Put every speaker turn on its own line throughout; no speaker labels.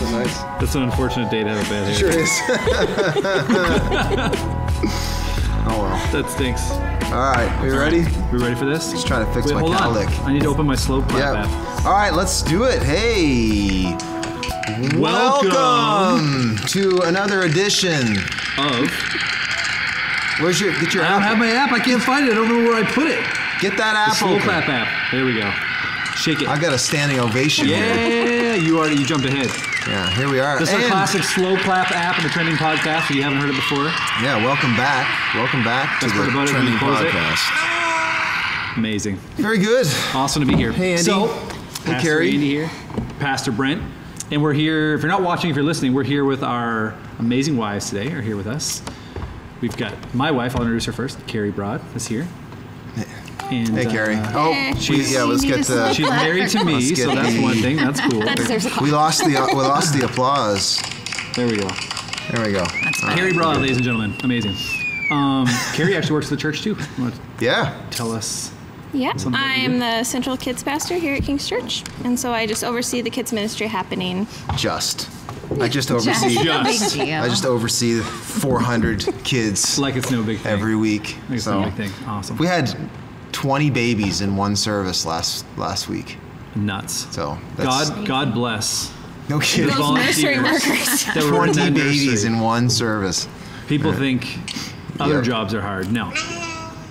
That's an unfortunate day to have a bad hair.
Sure is. oh
That stinks.
well. All right, are you ready?
We ready for this? Just
trying to fix my
hold
cowlick.
on. I need to open my slow clap
Yeah.
app.
All right, let's do it. Hey.
Welcome.
Welcome to another edition.
Of
Where's your get your
I don't
app?
have my app. I can't find it. I don't know where I put it.
Get that
The
app
slow
open.
clap app. There we go. Shake it.
I got a standing ovation. Here.
yeah, you already you jumped ahead.
Yeah, here we are.
This is our
And-
classic slow clap app in the trending podcast. If you haven't heard it before,
Yeah, welcome back. Welcome back to
Best
the
part about it, we
trending
close it.
podcast.
amazing,
Very good.
awesome to be here.
Hey, Andy.
So,
Hey,
Pastor
Carrie.
Andy here, Pastor Brent, and we're here. If you're not watching, if you're listening, we're here with our amazing wives today. Are here with us. We've got my wife. I'll introduce her first. Carrie Broad is here. And,
Hey,
uh,
Gary. Oh, we,
She's-
yeah. Let's
You need
get
to
the.
slow-
She's married to me,
Let's get
so that's
the-
one thing. That's cool.
That deserves a
We lost the we lost the applause.
There we go.
There we go. All right.
Carrie Broad, ladies and gentlemen, amazing. Um, Carrie actually works at the church too. Want to
Yeah.
tell us?
Yeah,
Something
I
you
am the Central Kids Pastor here at King's Church, and so I just oversee the kids ministry happening.
Just. I just oversee.
Just
Big deal.
I just oversee 400 kids
like it's no big thing.
every week.
Like it's
So
no big thing. Awesome.
we had 20 babies in one service last last week.
nuts.
So that's
God, God bless.
no kidding.
Those
Nursery
volunteers
workers.
that were in
20
that
babies
nursery.
in one service.
People think other
Yeah.
jobs are hard. No,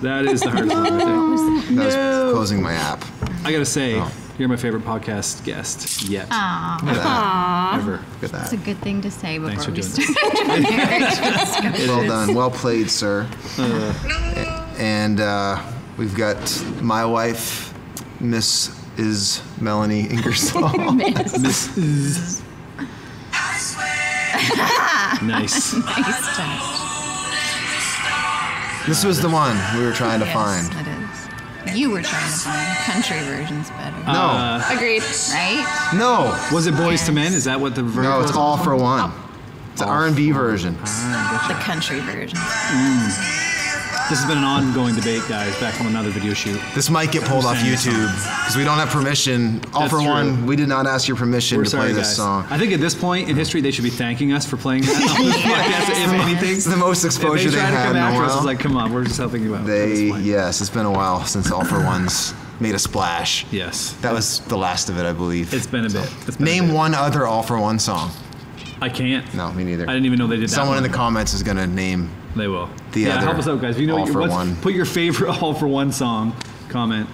that is the hardest one. Right
That was closing my app.
there. I gotta say,
Oh.
you're my favorite podcast guest yet.
Aw,
Look at that.
Ever.
Look at
that's a
that.
good thing to say before
Thanks for
we
doing
start.
this.
Well done. Well played, sir. and uh, we've got my wife, Miss is Melanie Ingersoll.
Nice.
Nice touch.
this was the one we were trying to
Yes,
find.
it is. You were trying to find country versions better,
Uh,
No,
Agreed.
right?
no,
Was it Boys to
Yes.
Men? Is that what the verb
no.
was?
It's all for one. It's an R&B version.
The country version.
This has been an ongoing debate, guys, back from another video shoot.
This might get pulled off
Understand.
YouTube because we don't have permission. All
That's
for
true.
one. We did not ask your permission
We're
to
sorry,
play
guys.
this song.
I think at this point in history, they should be thanking us for playing that on this podcast, if anything.
It's the most
If
exposure
they
they've
try to
had
come
in a
after us,
while.
it's like, come on, we're just helping you out. at
they
this point.
yes, it's been a while since All for One's made a splash.
Yes.
That was the last of it, I believe.
It's been a bit. It's been a
Name
bit.
one other All for One song.
I can't.
No, me neither.
I didn't even know they did that.
Someone in
one.
the comments is gonna name.
They will.
the
yeah,
other
help us out, guys. If you know
all
what you-
for
what's-
one.
Put your favorite all for one song comment.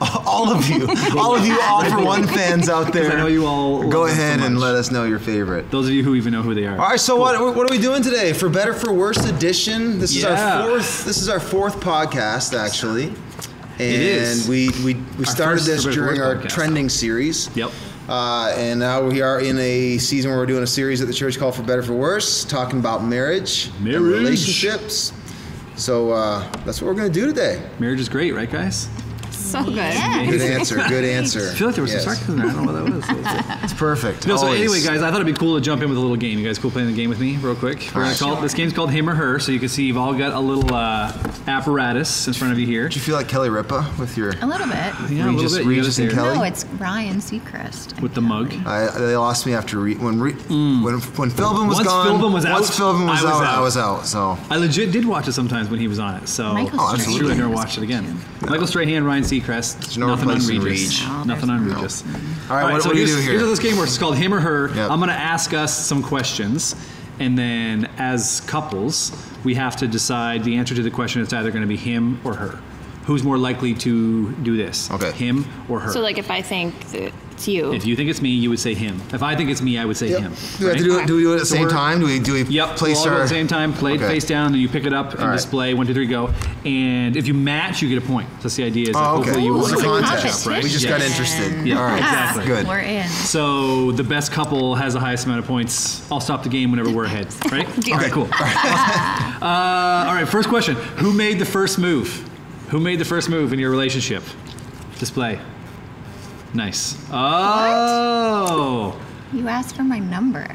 All of you, all of you, all for one fans out there.
I know you all love
Go
them so
ahead and
much.
let us know your favorite.
Those of you who even know who they are.
All right, so what what are we doing today? For better for worse edition. This is
Yeah.
our fourth. This is our fourth podcast actually, and
is.
we we, we
Our
started
first
this
For Better for
during
Worse
our
podcast.
trending series.
Yep.
Uh, and now we are in a season where we're doing a series at the church called For Better for Worse, talking about marriage, and
Marriage.
relationships. So uh, that's what we're going to do today.
Marriage is great, right, guys?
So good.
Oh, Good
Yes.
answer. Good answer.
I feel like there was
Yes.
some sarcasm there. I don't know what that was. What was it?
It's perfect.
No, so
always.
anyway, guys, I thought it'd be cool to jump in with a little game. You guys cool playing the game with me, real quick? We're gonna
Alright.
call this game's called Him or Her. So you can see you've all got a little uh, apparatus in front of you here.
Do you feel like Kelly Ripa with your?
A little bit.
Yeah, a little
Regis-
bit. You
Regis
got it
and
there.
Kelly?
No, it's Ryan Seacrest.
With the mug.
I, they lost me after re, when re, when when Philbin was
Mm. Once
gone.
Philbin was out,
once Philbin
I was
was, out,
out.
I was out. So
I legit did watch it sometimes when he was on it. So
Michael
Oh,
it's
Strahan
true. I never
was
watched it
good,
again. Michael Strahan, Ryan Seacrest.
no
nothing on
replacing
Regis.
Reg.
No,
nothing
Oh, there's
on
no.
Regis.
All right, what-
so
what do you
here's,
do here?
Here's how this game works. It's called Him or Her.
Yep.
I'm gonna ask us some questions, and then as couples, we have to decide the answer to the question. It's either gonna be him or her. Who's more likely to do this?
Okay.
Him or her?
So like, if I think that it's you,
if you think it's me, you would say him. If I think it's me, I would say him.
do we have to do it? Do we do it at the
So
same
we're-
time? Do we do we
Yep.
place
we'll all go
our?
at the same time, play it
Okay.
face down, and you pick it up and
All right.
display one, two, three, go. And if you match, you get a point. So that's the idea. Is that
Oh, okay.
hopefully you
Ooh,
will
it's
pick
a
one
contest.
up, right?
We just got
Yes.
interested.
Yeah,
All right,
exactly.
good.
We're in.
So the best couple has the highest amount of points. I'll stop the game whenever we're ahead, right?
Deal.
Okay, cool. Awesome. Uh, all right, first question: Who made the first move? Who made the first move in your relationship? Display. Nice. Oh.
You asked for my number.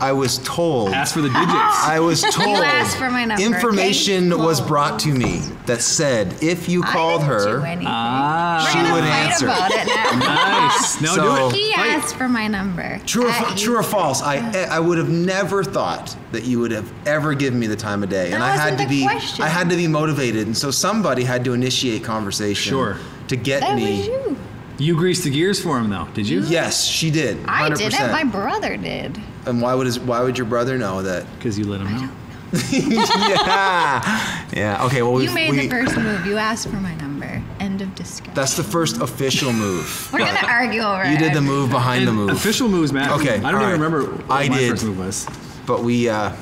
I was told.
Ask for the digits.
I was told.
asked for my number, okay?
information was brought to me that said if you called
I didn't
her,
Do anything.
Ah.
We're gonna
would
fight
answer.
About it now.
Nice. No,
So-
do it.
he
Fight.
asked for my number.
True or,
At
fa-
you.
true or false? I I would have never thought that you would have ever given me the time of day, and
That
I had
wasn't
to
the
be
question.
I had to be motivated, and so somebody had to initiate conversation.
Sure.
To get
That
me.
was you.
You greased the gears for him, though, did you?
Yes, she did. 100%.
I did it. My brother did.
and why would his, why would your brother know that?
Because you let him know.
yeah. Yeah. Okay. Well,
You
we've-
made
we,
the first move. You asked for my number. End of discussion.
That's the first official move.
We're gonna argue over
You
it.
did the move behind the
And
move.
Official moves matter.
Okay,
I don't
all
even
right.
remember what
I
my
did.
first move was.
But we uh,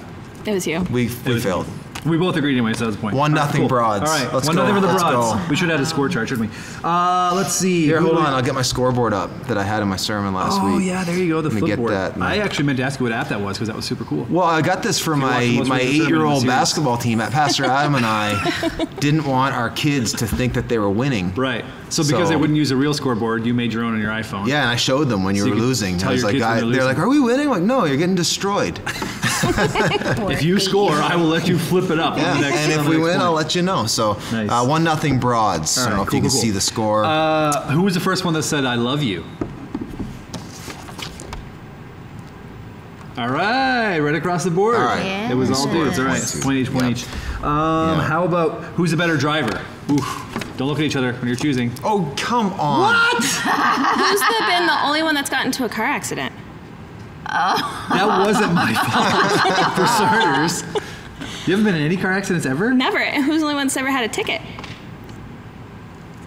It was you.
we
It
we
was-
failed.
We both agreed anyway, so that's the point.
One
All right,
nothing broads.
All right,
Let's
one nothing
go,
for the
let's
broads.
go.
We should have had a score chart, shouldn't we? Uh, let's see.
Here,
Who
hold
do we-
on. I'll get my scoreboard up that I had in my sermon last
Oh
week.
yeah, there you go. The
Let me get
flipboard.
that, man.
I actually meant to ask you what app that was because that was super cool.
Well, I got this from my,
watching most
my
recent
eight year old
series.
basketball team. At Pastor Adam and I didn't want our kids to think that they were winning.
Right. So because
So-
they wouldn't use a real scoreboard, you made your own on your iPhone.
Yeah, and I showed them when you
So you
were
could
losing.
tell
I was
your
like,
kids when
I,
they're
they're like,
losing.
"Are we winning?" I'm like, "No, you're getting destroyed."
If you score, I will let you flip it up. on the
Yeah,
next-
and
on
if
the
we
next
win,
one.
I'll let you know. So,
Nice.
uh, one nothing broads. I
All
don't know
right,
if you
cool, cool,
can see
cool.
the score.
Uh, who was the first one that said "I love you"? All right, right across the board.
All right.
It was
Yeah.
all dudes. All right,
Point two.
point each, point
Yeah.
each. Um,
Yeah.
How about who's the better driver? Oof. Don't look at each other when you're choosing.
oh, come on! What?
Who's the, been the only one that's gotten into a car accident?
That wasn't my fault, for starters. You haven't been in any car accidents ever?
Never. Who's the only one that's ever had a ticket?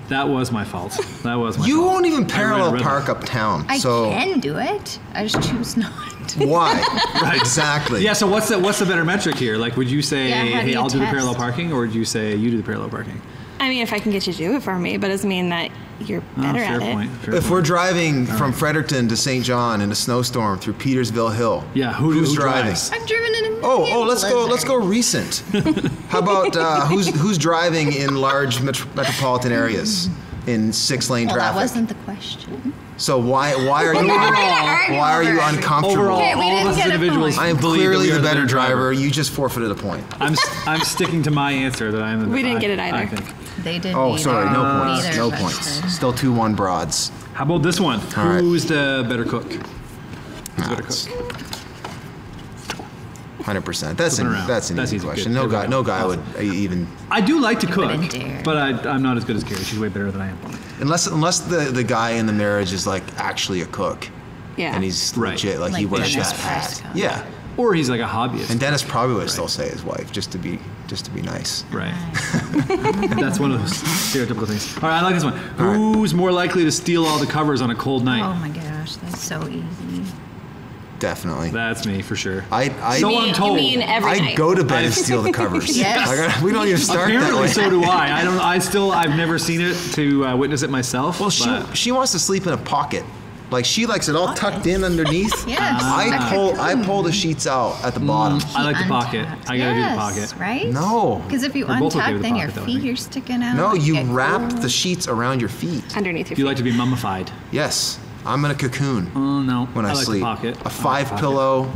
That was my fault. That was my
You
fault.
won't even
I ran a
parallel
red
park
light.
uptown.
I
so
can do it. I just choose not.
why? Exactly.
Yeah, so what's the, what's the better metric here? Like, would you say,
Yeah, how do
hey,
you
I'll do the
test?
parallel parking, or would you say you do the parallel parking?
I mean, if I can get you to do it for me, but it doesn't mean that you're
Oh,
better
fair
at it.
point. Fair
If
point.
we're driving from Fredericton to St. John in a snowstorm through Petersville Hill,
Yeah, who-
who's
who
driving?
drives?
I've driven in a million
Oh, oh, let's go, let's go
blizzards.
recent. How about uh, who's who's driving in large metro- metropolitan areas in six-lane
Well, that
traffic?
wasn't the question.
So why why are you
We're gonna argue
why are you
over it.
uncomfortable?
Overall,
Okay, we
all
didn't
of us
get a
individuals.
point.
I am
believe that
clearly
we are
the better driver. You just forfeited a point.
I'm, s- I'm sticking to my answer that I'm the
We didn't
I-
get it
I
either.
think.
They did.
Oh, sorry, no points.
Neither
No
of us did.
points. Still two one broads.
How about this one?
All right.
Who's the better cook? Who's the better cook?
Hundred percent. That's an,
Flipping around.
that's an
That's
easy
easy.
question.
Good.
No
Good
guy,
round.
no guy would even
I do like to
wouldn't
cook,
dare.
but I, I'm not as good as Carrie. She's way better than I am.
unless unless the, the guy in the marriage is like actually a cook,
Yeah.
and he's
Right.
legit like, he
Like
wears
Dennis
that hat.
Price cook.
Yeah,
Or he's like a hobbyist.
and Dennis probably would still say his wife just to be just to be nice.
Right. That's one of those stereotypical things. All right, I like this one. Who's more likely to steal all the covers on a cold night?
Oh my gosh, that's so easy.
Definitely.
That's me for sure.
I I
So
You
I'm
mean-
told.
You mean every
I
night.
go to bed and steal the covers.
Yes.
I gotta- we don't even start that
Apparently,
way.
so do I. I don't. I still. I've never seen it to uh, witness it myself.
Well, she
but-
she wants to sleep in a pocket. Like she likes it all tucked in underneath.
Yes, like
I
a
pull I
cocoon.
pull the sheets out at the bottom.
Mm.
I like the pocket.
Untucked.
I gotta do the
yes,
pocket.
Right?
No.
Because if you
We're both
untuck,
okay with the
then
pocket,
your
though, I
feet
think.
are sticking out.
No,
like
you
a
wrap
cool-
the sheets around your feet.
Underneath your
You
feet.
like to be mummified?
Yes, I'm in a cocoon
Oh no.
when I,
like
sleep.
The pocket. I like
A
the
five
pocket.
pillow,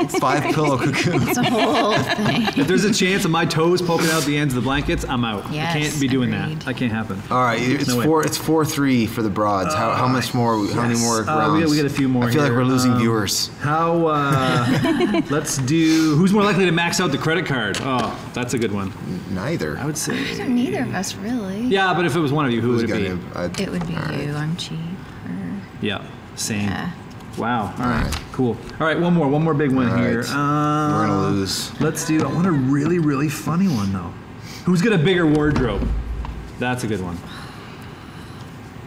it's,
five pillow cocoon.
it's a whole thing.
If there's a chance of my toes poking out the ends of the blankets, I'm out.
Yes,
I can't be doing
agreed.
that. That can't happen.
All right, it's
No way.
four. It's four three for the broads. how, how much more? How many
Yes.
more rounds?
Uh, we, got, we got a few more.
I feel like
here.
we're losing
Um,
viewers.
How? Uh, let's do. Who's more likely to max out the credit card? Oh, that's a good one. I
Neither.
would say.
Neither of us really.
Yeah, but if it was one of you, who
Who's
would it
gonna- I-
It would be
all right.
you. I'm cheap. Or,
be? Yeah, same.
yeah.
Wow. All right.
right.
Cool. All right, one more. One more big one
All
here.
right.
Uh,
We're gonna lose.
Let's do. I want a really, really funny one though. Who's got a bigger wardrobe? That's a good one.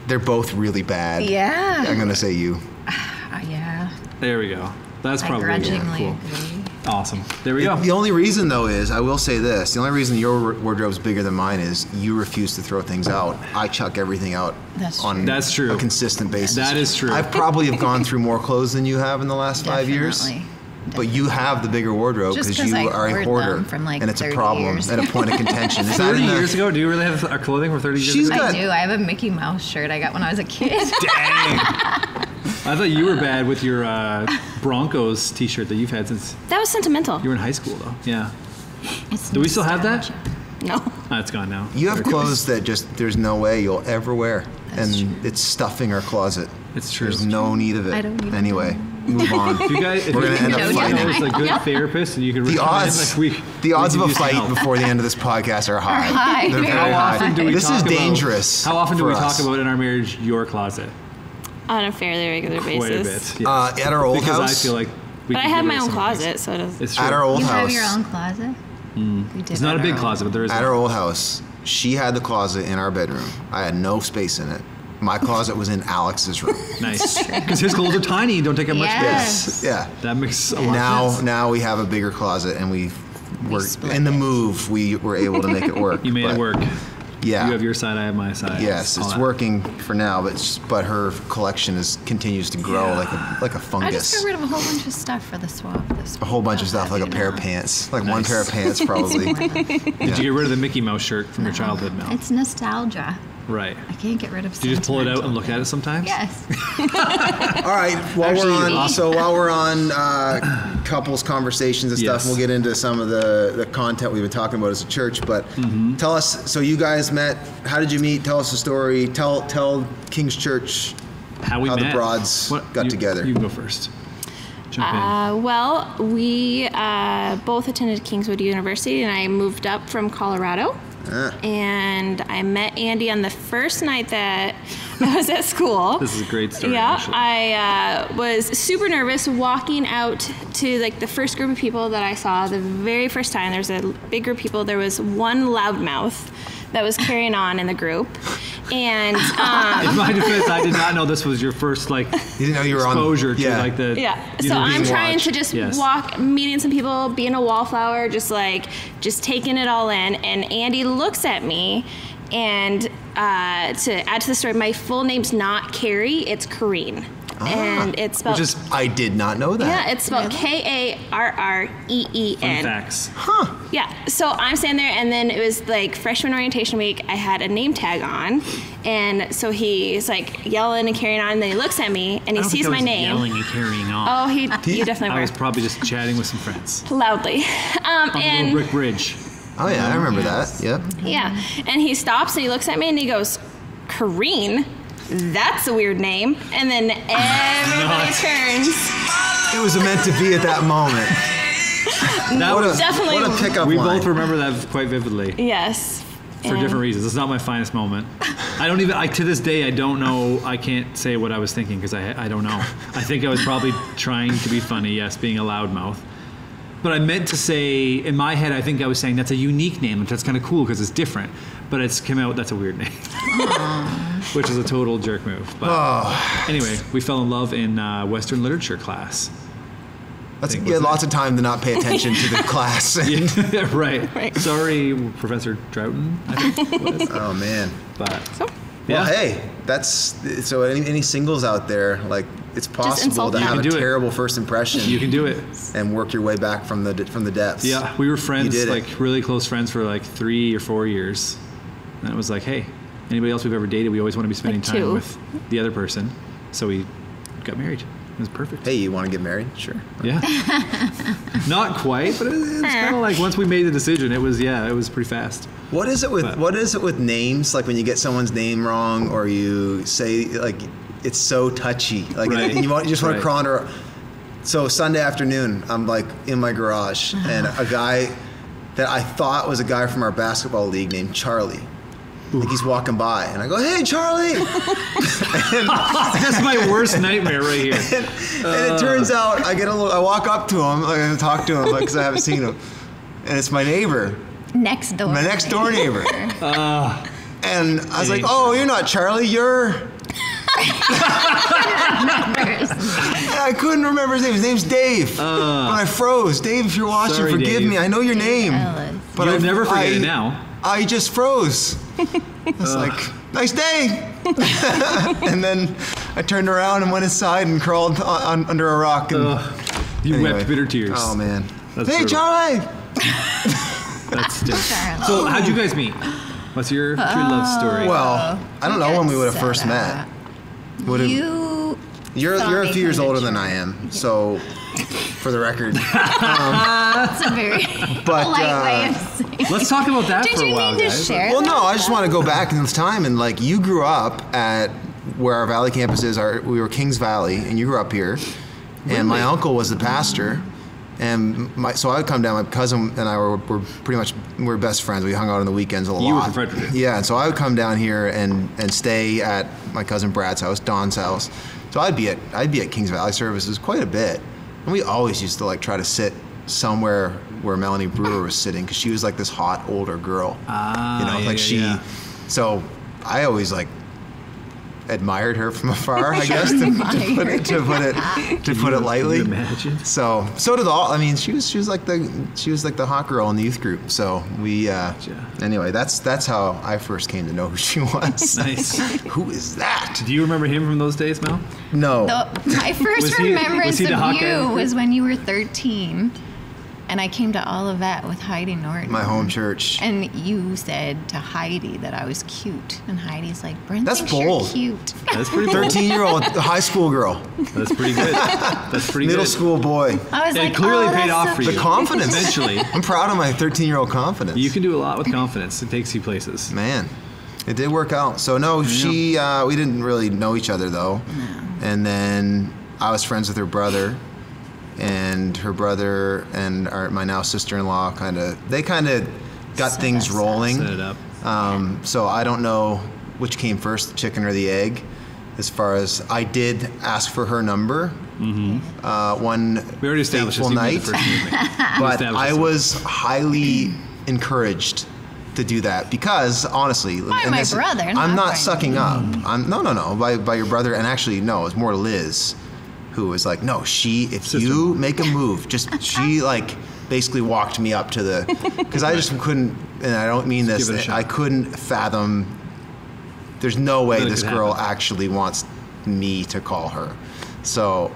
They're both really bad. I'm
Yeah.
gonna say you.
Ah, yeah.
There we go. That's
I
probably
grudgingly
cool.
agree.
Awesome. There we go.
The only reason, though, is I will say this: the only reason your wardrobe's bigger than mine is you refuse to throw things out. I chuck everything out
That's true.
on
That's true.
a consistent basis.
That is true.
I probably have gone through more clothes than you have in the last five years.
Definitely.
But you have the bigger wardrobe
Just
because
'cause
you
I
are a
hoard
hoarder,
them from, like,
and it's a
30
problem
years.
and a point of contention. Is that
Thirty
in the,
years ago? Do you really have our clothing from thirty years
She's
ago?
got-
I do. I have a Mickey Mouse shirt I got when I was a kid.
Dang. I thought you were bad with your uh, Broncos T-shirt that you've had since
That was sentimental.
you were in high school, though. Yeah.
It's
Do we still have that?
nostalgia.
No.
Ah, it's gone now.
You have
Very good.
clothes that just there's no way you'll ever wear,
That's
and it's stuffing our closet.
It's true.
There's no need of it.
I don't need
anyway, move on.
If you guys, if
We're
you
gonna end
up
guys
fighting.
was a good therapist, and you could
the
recommend,
odds,
like, we, we
the odds of
could
a
use some
fight
help.
before the end of this podcast are high.
high,
They're
very
very high.
high. How often do
we
this is
talk about-
dangerous.
How often do
for
we
us.
talk about in our marriage your closet?
On a fairly regular
Quite a
basis.
bit. yes.
Uh, at our old
because
house.
I feel like we
But I
could
have
get
my
rid of
own
some of these.
closet, so it doesn't.
It's true.
at our old
You
house?
have your own closet? We did
Hmm. It's not a
have
big
our
closet, but there is.
At our old house, she had the closet in our bedroom. I had no space in it. My closet was in Alex's room.
nice because his clothes are tiny, don't take up much
Yes.
space.
Yeah.
That makes a lot of
Now,
sense.
now we have a bigger closet, and we were
split
in the move. We were able to make it work.
You made
but-
it work.
Yeah.
You have your side, I have my side.
Yes,
All
it's
that.
working for now, but s- but her collection is continues to grow
Yeah.
like a like a
I
fungus.
just got rid of a whole bunch of stuff for the swap. This
A whole bunch of stuff, like a pair of pants, like one pair of pants probably.
Did you get rid of the Mickey Mouse shirt from your childhood, Mel?
It's nostalgia.
Right.
I can't get rid of.
Do you just pull it out and look at it sometimes?
Yes.
All right, while
Actually,
we're on,
it's
so while we're on uh, couples conversations and stuff,
Yes.
we'll get into some of the the content we've been talking about as a church. But
Mm-hmm.
tell us, so you guys met? How did you meet? Tell us the story. Tell tell King's Church.
How we
How the
met.
broads got
you-
together.
You can go first. Jump
Uh, well, we uh, both attended Kingswood University, and I moved up from Colorado.
Ah.
And I met Andy on the first night that I was at school.
This is a great story,
Yeah,
actually.
I uh, was super nervous walking out to like the first group of people that I saw the very first time. There was a big group of people. There was one loudmouth that was carrying on in the group, and um,
in. In my defense, I did not know this was your first like
You didn't know you were on
exposure to
yeah.
like the
Yeah. So
university
I'm trying
watch.
to just
Yes.
walk, meeting some people, being a wallflower, just like, just taking it all in. And Andy looks at me, and uh, to add to the story, my full name's not Carrie, it's Kareen. And it's spelled.
Ah. Which is
I did not know that.
yeah, it's spelled K A R R E E
fun
N.
facts.
Yeah, so I'm standing there, and then it was like freshman orientation week. I had a name tag on, and so he's like yelling and carrying on. And then he looks at me and he
I don't think
sees
I
my
was
name.
Yelling and carrying on.
Oh, he, you definitely
I
were
was probably just chatting with some friends
loudly. Um,
on the
and
Little Brick Bridge.
Oh yeah, I remember that. Yep.
yeah, and he stops and he looks at me and he goes, "Kareen, that's a weird name." And then everybody turns.
It was meant to be at that moment.
That
What a,
was,
Definitely.
what a pickup
we
line.
both remember that quite vividly
Yes.
for different reasons. It's not my finest moment. I don't even. I to this day I don't know. I can't say what I was thinking because I I don't know. I think I was probably trying to be funny. Yes, being a loudmouth. But I meant to say in my head. I think I was saying that's a unique name, which that's kind of cool because it's different. But it's come out that's a weird name, which is a total jerk move. But anyway, we fell in love in uh, Western literature class.
That's
think,
yeah,
wasn't
lots of time to not pay attention to the class.
right.
Right.
Sorry, Professor Trouton. I think it was.
Oh man.
But
So,
Well, hey, that's so. Any, any singles out there? Like, it's possible
insult
to
them.
have a
You can do it.
terrible first impression
you can do it.
and work your way back from the from the depths.
Yeah, we were friends,
did it.
like really close friends for like three or four years. And it was like, hey, anybody else we've ever dated, we always want to be spending
Like
time
two.
with the other person. So we got married. It was perfect.
Hey, you want to get married? Sure.
Yeah. Not quite, but it, it's kind of like once we made the decision, it was yeah, it was pretty fast.
What is it with
But-
what is it with names? Like when you get someone's name wrong, or you say like it's so touchy. Like
Right.
and you, want, you just want
Right.
to crawl under. So Sunday afternoon, I'm like in my garage, and a guy that I thought was a guy from our basketball league named Charlie. Like he's walking by, and I go, "Hey, Charlie!"
That's my worst nightmare right here.
And it turns
Uh.
out I get a little. I walk up to him like, and talk to him because I haven't seen him, and it's my neighbor,
Next door.
my next door neighbor.
Ah.
and I was like, "Oh, you're not Charlie. You're." And I couldn't remember his name. His name's Dave. but I froze. Dave, if you're watching,
Uh. Sorry,
forgive
Dave.
me. I know your name,
Ellis.
but
You'll
I,
never forget it
I-
now.
I just froze. It's like, nice day. and then I turned around and went inside and crawled on, on, under a rock. And
You
Anyway.
wept bitter tears.
Oh man.
That's
hey,
brutal.
Charlie.
That's just.
Charlotte.
So how'd you guys meet? What's your true love story?
Well, I don't know when we would have
So
first met.
that-
Would have
You
You're
Sonic
you're a few years older
convention.
than I am, so for the record.
That's a very
But
polite way
uh,
of saying.
Let's talk about that
Did
for a
you
while,
mean to
guys.
share?
well,
that?
no, I just want to go back in time and like you grew up at where our Valley campus is. Our we were Kings Valley, and you grew up here. And my uncle was the pastor, and my so I would come down. My cousin and I were, were pretty much we were best friends. We hung out on the weekends a lot.
You were from Frederick.
Yeah, and so I would come down here and and stay at my cousin Brad's house, Don's house. So I'd be at I'd be at Kings Valley services quite a bit, and we always used to like try to sit somewhere where Melanie Brewer was sitting because she was like this hot older girl.
Ah,
you know,
yeah,
like
yeah,
she.
yeah.
So I always like admired her from afar, I guess, to, to put it to put it to put it
you
lightly.
imagine?
So so did all. I mean, she was she was like the she was like the hot girl in the youth group. So we uh,
Gotcha.
anyway. That's that's how I first came to know who she was.
Nice.
who is that?
Do you remember him from those days, Mel?
No.
The, my first
Was he- was
remembrance
he the hot
of
guy?
you was when you were 13, and I came to Olivet with Heidi Norton.
My home church.
And you said to Heidi that I was cute, and Heidi's like, "Brent,
That's
thinks
bold.
You're cute."
That's pretty. good.
Thirteen-year-old high school girl,
That's pretty good. That's pretty
middle
good.
school boy.
I was
It
like,
clearly
"Oh,
paid
that's
off
so
for you.
The confidence.
Eventually,
I'm proud of my thirteen-year-old confidence.
you can do a lot with confidence. It takes you places.
Man, it did work out. So no, she uh, we didn't really know each other though. And then I was friends with her brother, and her brother and our, my now sister-in-law kind of they kind of got
Set
things
us up.
rolling.
Set it up.
Um, so I don't know which came first, the chicken or the egg. As far as I did ask for her number uh, one
Mm-hmm. We already established
fateful
this. even in
night
the first meeting. We
but
established
I
this.
was highly encouraged to do that because honestly,
By my brother, not
I'm
by
not sucking up. I'm no, no, no. By by your brother, and actually, no, it's more Liz, who was like, no, she. If you make a move, just she like basically walked me up to the because I just couldn't, and I don't mean
give it
this,
a shot.
I couldn't fathom. There's no way
That it
this
could
girl
happen.
actually wants me to call her, so.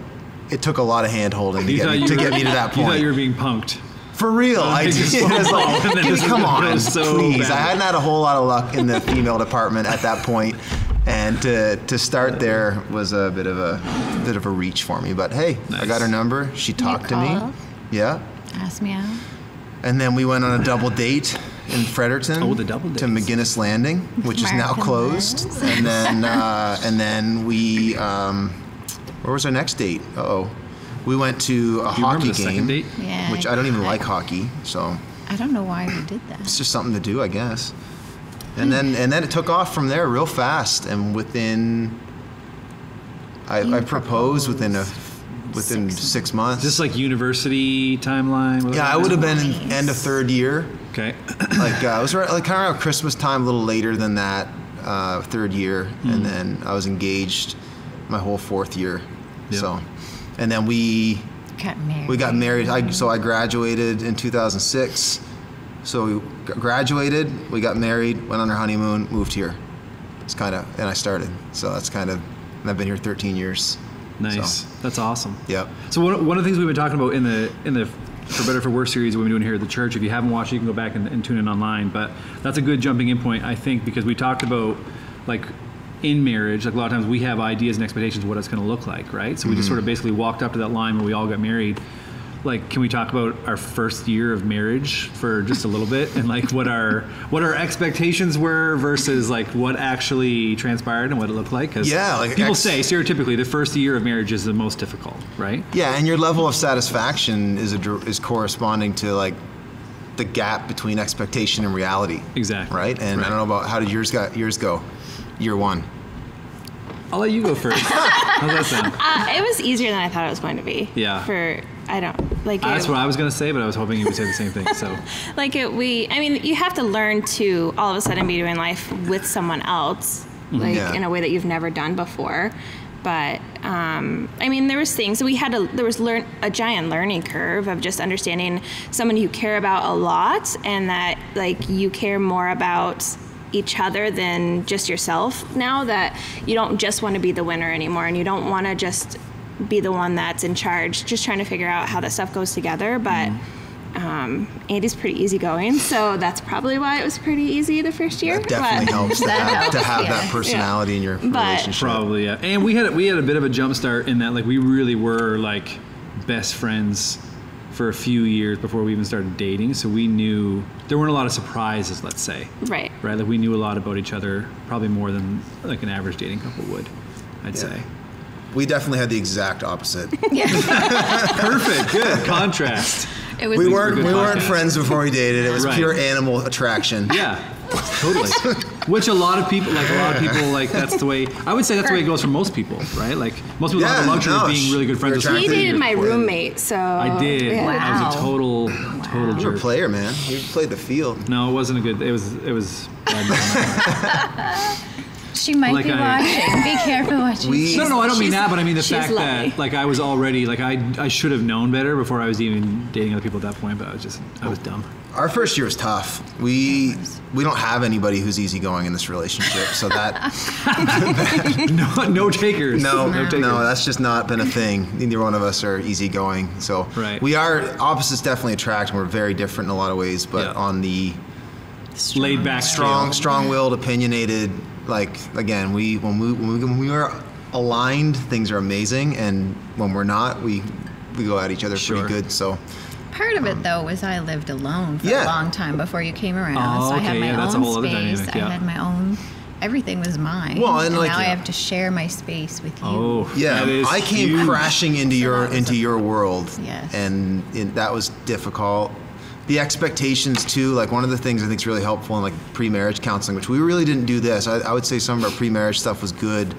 It took a lot of hand holding to,
You
get
thought
me,
you
to
were-
get me to that
You thought
point.
you were being punked.
For real, I
I
did.
just
It was
saw
like,
it and then just-
come
it
on,
was so
please. I
bad.
hadn't had a whole lot of luck in the female department at that point, and to to start there was a bit of a bit of a reach for me. But hey, I got her
Nice.
number. She talked to
call?
me. Yeah,
Ask me out.
and then we went on a double date in Fredericton.
Oh, the double
to
dates.
McGinnis Landing, which is now
American
closed.
Lives.
And then uh, and then we um, where was our next date? Uh oh. We went to
Do
a
you remember
hockey
the second
game,
date?
Yeah,
which I don't even like hockey, so
I don't know why we did that.
it's just something to do, I guess. And then and then it took off from there real fast. And within, I, I proposed within a within six, months.
Is this like university timeline? What was
yeah,
that?
I would have been in end of third year.
Okay.
Like uh, it was right, like kind of around Christmas time, a little later than that, uh, third year. And then I was engaged my whole fourth year.
Yeah.
So, and then we
Got married.
we got married. I, so I graduated in 2006. So we g- graduated, we got married, went on our honeymoon, moved here. It's kind of, and I started. So that's kind of, and I've been here 13 years.
Nice.
So,
That's awesome.
yep.
So one, one of the things we've been talking about in the in the for better for worse series we've been doing here at the church. If you haven't watched, it, you can go back and, and tune in online. But that's a good jumping in point, I think, because we talked about like in marriage, like a lot of times we have ideas and expectations of what it's going to look like, right? So we
Mm-hmm.
just sort of basically walked up to that line when we all got married. Like, can we talk about our first year of marriage for just a little bit, and like what our what our expectations were versus like what actually transpired and what it looked like? 'Cause
Yeah, like,
people
ex-
say stereotypically the first year of marriage is the most difficult, right?
Yeah, and your level of satisfaction is a, dr- is corresponding to like the gap between expectation and reality.
Exactly.
Right? And I
Right.
don't know about how did yours got yours go? Year one.
I'll let you go first. How's that sound?
Uh, it was easier than I thought it was going to be.
Yeah.
For I don't like.
That's
it,
what I was gonna say, but I was hoping you would say the same thing. So
like it, we. I mean, you have to learn to all of a sudden be doing life with someone else, like
Yeah.
in a way that you've never done before. But um, I mean, there was things we had. A, there was learn a giant learning curve of just understanding someone you care about a lot, and that like you care more about each other than just yourself now that you don't just want to be the winner anymore and you don't want to just be the one that's in charge just trying to figure out how that stuff goes together but um, Andy's pretty easygoing, so that's probably why it was pretty easy the first year.
That definitely
but,
helps to
That
have, to
helps,
have
yeah.
that
Yeah.
personality in your
But-
relationship.
Probably, yeah. And we had we had a bit of a jump start in that like we really were like best friends for a few years before we even started dating. So we knew there weren't a lot of surprises, let's say.
Right.
Right? Like we knew a lot about each other, probably more than like an average dating couple would, I'd say.
We definitely had the exact opposite.
Perfect, good. Contrast.
It was
we weren't
good
we weren't
podcast.
friends before we dated. It was
Right.
pure animal attraction.
Yeah, totally. Which a lot of people, like a lot of people, like that's the way. I would say that's the way it goes for most people, right? Like most people have
Yeah,
the luxury
no,
of being really good friends with
you're
someone.
He
for
attracted.
dated
years.
my
When-
roommate, so
I did.
yeah.
I was a
Wow.
total, total
You were
jerk.
a player, man. You played the field.
No, it wasn't a good. It was. It was. bad moment.
She might
Like
be
I-
watching. Be careful what you
We-
say.
no, no, I don't mean
she's-
that, but I mean the
she's
fact
lovely.
that like I was already like I I should have known better before I was even dating other people at that point, but I was just I was dumb.
Our first year was tough. We we don't have anybody who's easygoing in this relationship, so that
No, no takers.
no
no
no,
takers.
that's just not been a thing. Neither one of us are easygoing, so
Right.
we are opposites definitely attract. and We're very different in a lot of ways, but
Yeah.
on the
laid back,
strong,
scale.
strong-willed, opinionated. Like again, we when we when we, when we are aligned, things are amazing, and when we're not, we we go at each other
Sure.
pretty good. So
Part of it though was I lived alone for
Yeah.
a long time before you came around,
Oh,
so I had
okay,
my
yeah,
own
that's a whole other
space.
dynamic,
I
yeah.
had my own. Everything was mine.
Well, and
and
like-
now I have to share my space with you.
Oh,
yeah,
that is
I came
huge.
crashing into your
that was
into
a-
your world,
Yes.
and it, that was difficult. The expectations too, like one of the things I think is really helpful in like pre-marriage counseling, which we really didn't do this. I, I would say some of our pre-marriage stuff was good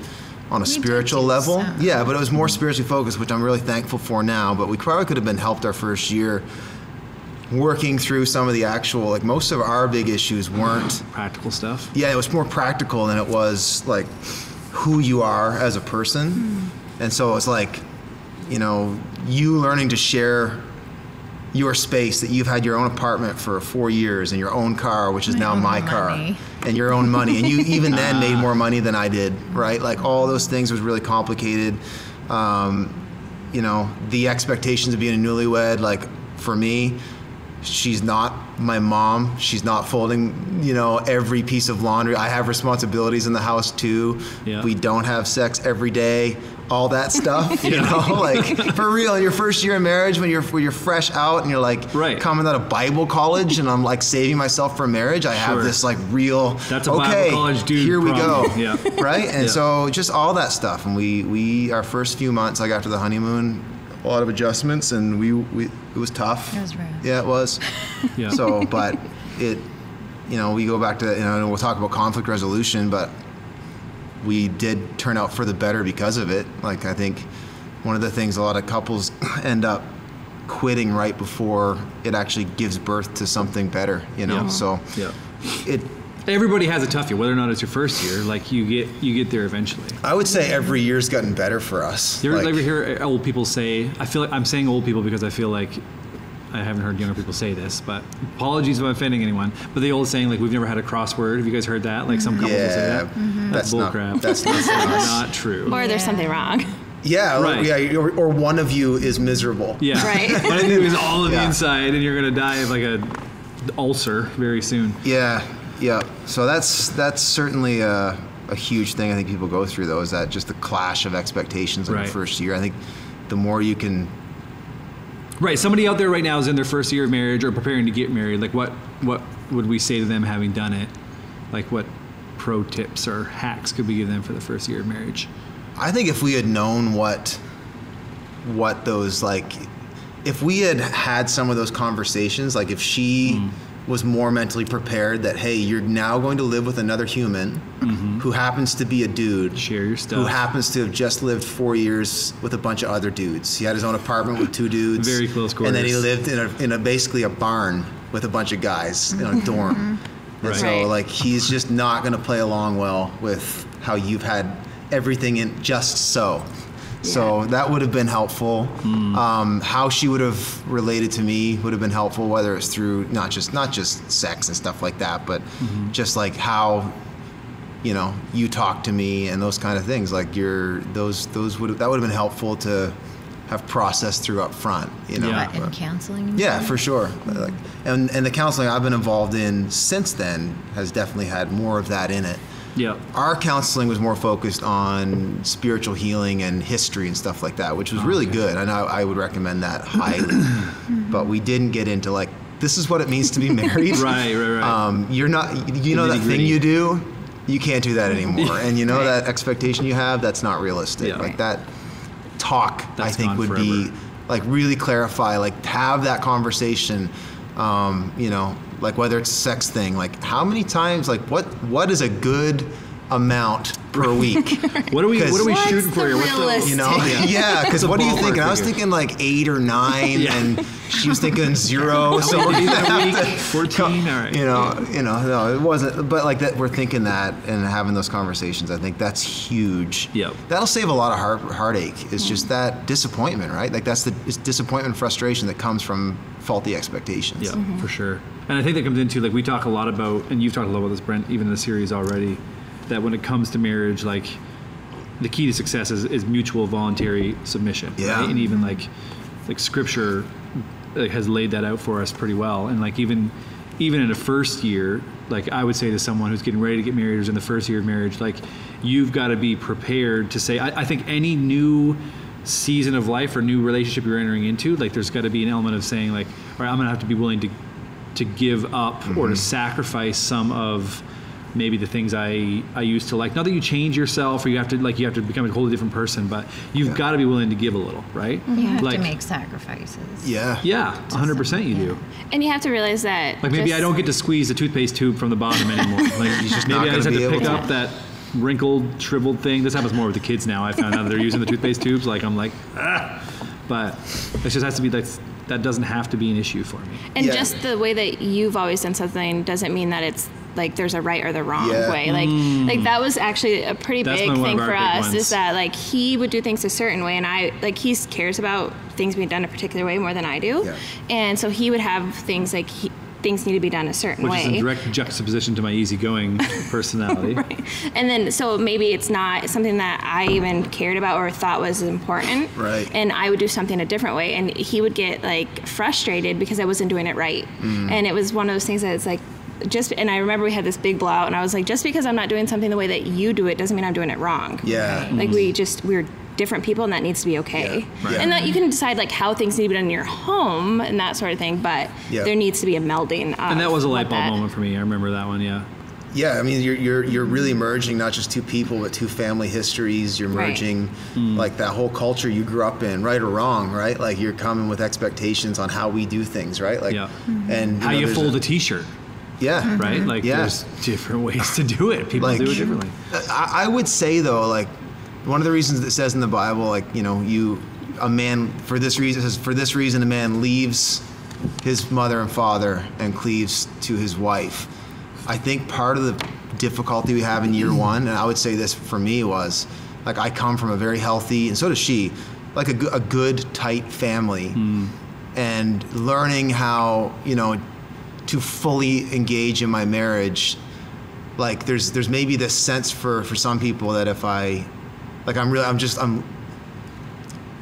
on a
did
spiritual
do
level.
some.
Yeah, but it was more spiritually focused, which I'm really thankful for now. But we probably could have been helped our first year working through some of the actual like most of our big issues weren't
practical stuff.
yeah, it was more practical than it was like who you are as a person.
Hmm.
And so it was like, you know, you learning to share your space that you've had your own apartment for four years and your own car, which is now
own
my car,
money. Ah.
and your own money. And you even then made more money than I did, right? Like all those things was really complicated. Um, you know, the expectations of being a newlywed, like for me, she's not my mom. She's not folding, you know, every piece of laundry. I have responsibilities in the house too.
Yeah.
We don't have sex every day. All that stuff, you know, like for real. In your first year of marriage, when you're when you're fresh out and you're like
Right.
coming out of Bible college, and I'm like saving myself for marriage, I
Sure.
have this like real
That's a Bible
okay,
college dude
Here we
problem.
go,
Yeah.
right? And
Yeah.
so just all that stuff, and we we our first few months, like after the honeymoon, a lot of adjustments, and we we it was tough.
It was rough.
Yeah, it was.
Yeah.
So, but it, you know, we go back to you know, and we'll talk about conflict resolution, but we did turn out for the better because of it. Like I think one of the things a lot of couples end up quitting right before it actually gives birth to something better, you know.
Yeah.
So
Yeah.
it
Everybody has a tough year, whether or not it's your first year. Like you get you get there eventually.
I would say every year's gotten better for us.
You ever, ever hear uh, old people say? I feel like I'm saying old people because I feel like I haven't heard younger people say this. But apologies if I'm offending anyone. But the old saying like we've never had a crossword. Have you guys heard that? Like some couples will say
yeah,
that. That's
that's not
bullcrap.
that's not
Not true.
Or there's
Yeah.
something wrong,
yeah,
Right.
yeah, or, or one of you is miserable.
yeah.
right?
But I think it was all of the
Yeah.
inside, and you're gonna die of like a ulcer very soon.
Yeah, yeah. So that's that's certainly a, a huge thing I think people go through though is that just the clash of expectations in
Right.
the first year. I think the more you can
Right. Somebody out there right now is in their first year of marriage or preparing to get married. Like, what what would we say to them having done it? Like, what pro tips or hacks could we give them for the first year of marriage?
I think if we had known what what those like if we had had some of those conversations like if she
Mm-hmm.
was more mentally prepared that hey you're now going to live with another human who happens to be a dude
Mm-hmm. Share your stuff.
who happens to have just lived four years with a bunch of other dudes he had his own apartment with two dudes
Very close
and then he
quarters.
lived in a, in a basically a barn with a bunch of guys in a dorm and
Right.
so
Right.
like he's just not going to play along well with how you've had everything in just so. So that would have been helpful.
Hmm.
Um, how she would have related to me would have been helpful, whether it's through not just not just sex and stuff like that, but
Mm-hmm.
just like how you know you talk to me and those kind of things. Like your those those would that would have been helpful to have processed through up front. You know.
Yeah.
What, in counseling?
Yeah, for sure. Like, and and the counseling I've been involved in since then has definitely had more of that in it.
Yeah.
Our counseling was more focused on spiritual healing and history and stuff like that, which was really good, and I, I would recommend that highly. but we didn't get into like this is what it means to be married.
Right, right, right.
Um, you're not. You know that thing
nitty-gritty.
you do. You can't do that anymore, and you know that expectation you have. That's not realistic.
Yeah.
Like that talk, I
That's
think
gone
would be
forever.
like really clarify, like have that conversation. Um, you know, like whether it's a sex thing, like how many times, like what what is a good amount per week?
What are we? What are we
What's
shooting for
the
here?
realist?
You know, yeah, because
a
what do you
ballpark
think? And I was
figure.
thinking like eight or nine,
Yeah.
and she was thinking zero. so we're gonna have
Week
to-
Fourteen. All right.
you know, you know, no, it wasn't. But like that, we're thinking that and having those conversations. I think that's huge.
Yep.
That'll save a lot of heart, heartache. It's just that disappointment, right? Like that's the it's disappointment, and frustration that comes from faulty expectations.
Yeah, for sure. Mm-hmm. And I think that comes into like we talk a lot about, and you've talked a lot about this, Brent, even in the series already, that when it comes to marriage, like the key to success is, is mutual voluntary submission.
Yeah.
Right? And even like like scripture like, has laid that out for us pretty well. And like even even in a first year, like I would say to someone who's getting ready to get married or is in the first year of marriage, like you've got to be prepared to say, I, I think any new season of life or new relationship you're entering into, like there's got to be an element of saying like, all right, I'm gonna have to be willing to to give up
Mm-hmm.
or to sacrifice some of maybe the things I I used to like. Not that you change yourself or you have to like you have to become a wholly different person, but you've got to be willing to give a little, right?
You have
like,
to make sacrifices.
Yeah.
yeah, 100 percent you do.
And you have to realize that.
Like maybe
just-
I don't get to squeeze the toothpaste tube from the bottom anymore. Like
just not
maybe I
gonna
just have
be
to
able
pick
to.
up that wrinkled, shriveled thing. This happens more with the kids now. I found out they're using the toothpaste tubes. Like I'm like, ah. but it just has to be like that doesn't have to be an issue for me.
And
Yeah.
just the way that you've always done something doesn't mean that it's like there's a right or the wrong
Yeah.
way. Like like that was actually a pretty
Mm. That's
big
been one
thing
of our
for
big
us
ones.
is that like he would do things a certain way and I like he cares about things being done a particular way more than I do.
Yeah.
And so he would have things like he, things need to be done a certain
Which
way.
is in direct juxtaposition to my easygoing personality.
And then, so maybe it's not something that I even cared about or thought was important.
Right.
And I would do something a different way. And he would get like frustrated because I wasn't doing it right.
Mm.
And it was one of those things that it's like, just, and I remember we had this big blowout, and I was like, just because I'm not doing something the way that you do it doesn't mean I'm doing it wrong.
Yeah. Mm-hmm.
Like, we just, we're different people, and that needs to be okay.
Yeah. Right.
And that you can decide like how things need to be done in your home and that sort of thing, but
Yeah.
there needs to be a melding. Of
And that was a light
what
bulb
that-
moment for me. I remember that one. Yeah.
Yeah, I mean, you're you're you're really merging not just two people, but two family histories. You're
Right.
merging
Hmm.
like that whole culture you grew up in, right or wrong, right? Like you're coming with expectations on how we do things, right? Like,
Yeah.
and
How
know,
you
there's
fold
a-
a T-shirt,
yeah,
right? Like
Yeah.
there's different ways to do it. People
Like,
do it differently.
I, I would say though, like one of the reasons it says in the Bible, like you know, you a man for this reason it says for this reason a man leaves his mother and father and cleaves to his wife. I think part of the difficulty we have in year one, and I would say this for me was, like I come from a very healthy, and so does she, like a, go- a good tight family, and learning how you know to fully engage in my marriage like there's there's maybe this sense for for some people that if I like I'm really I'm just I'm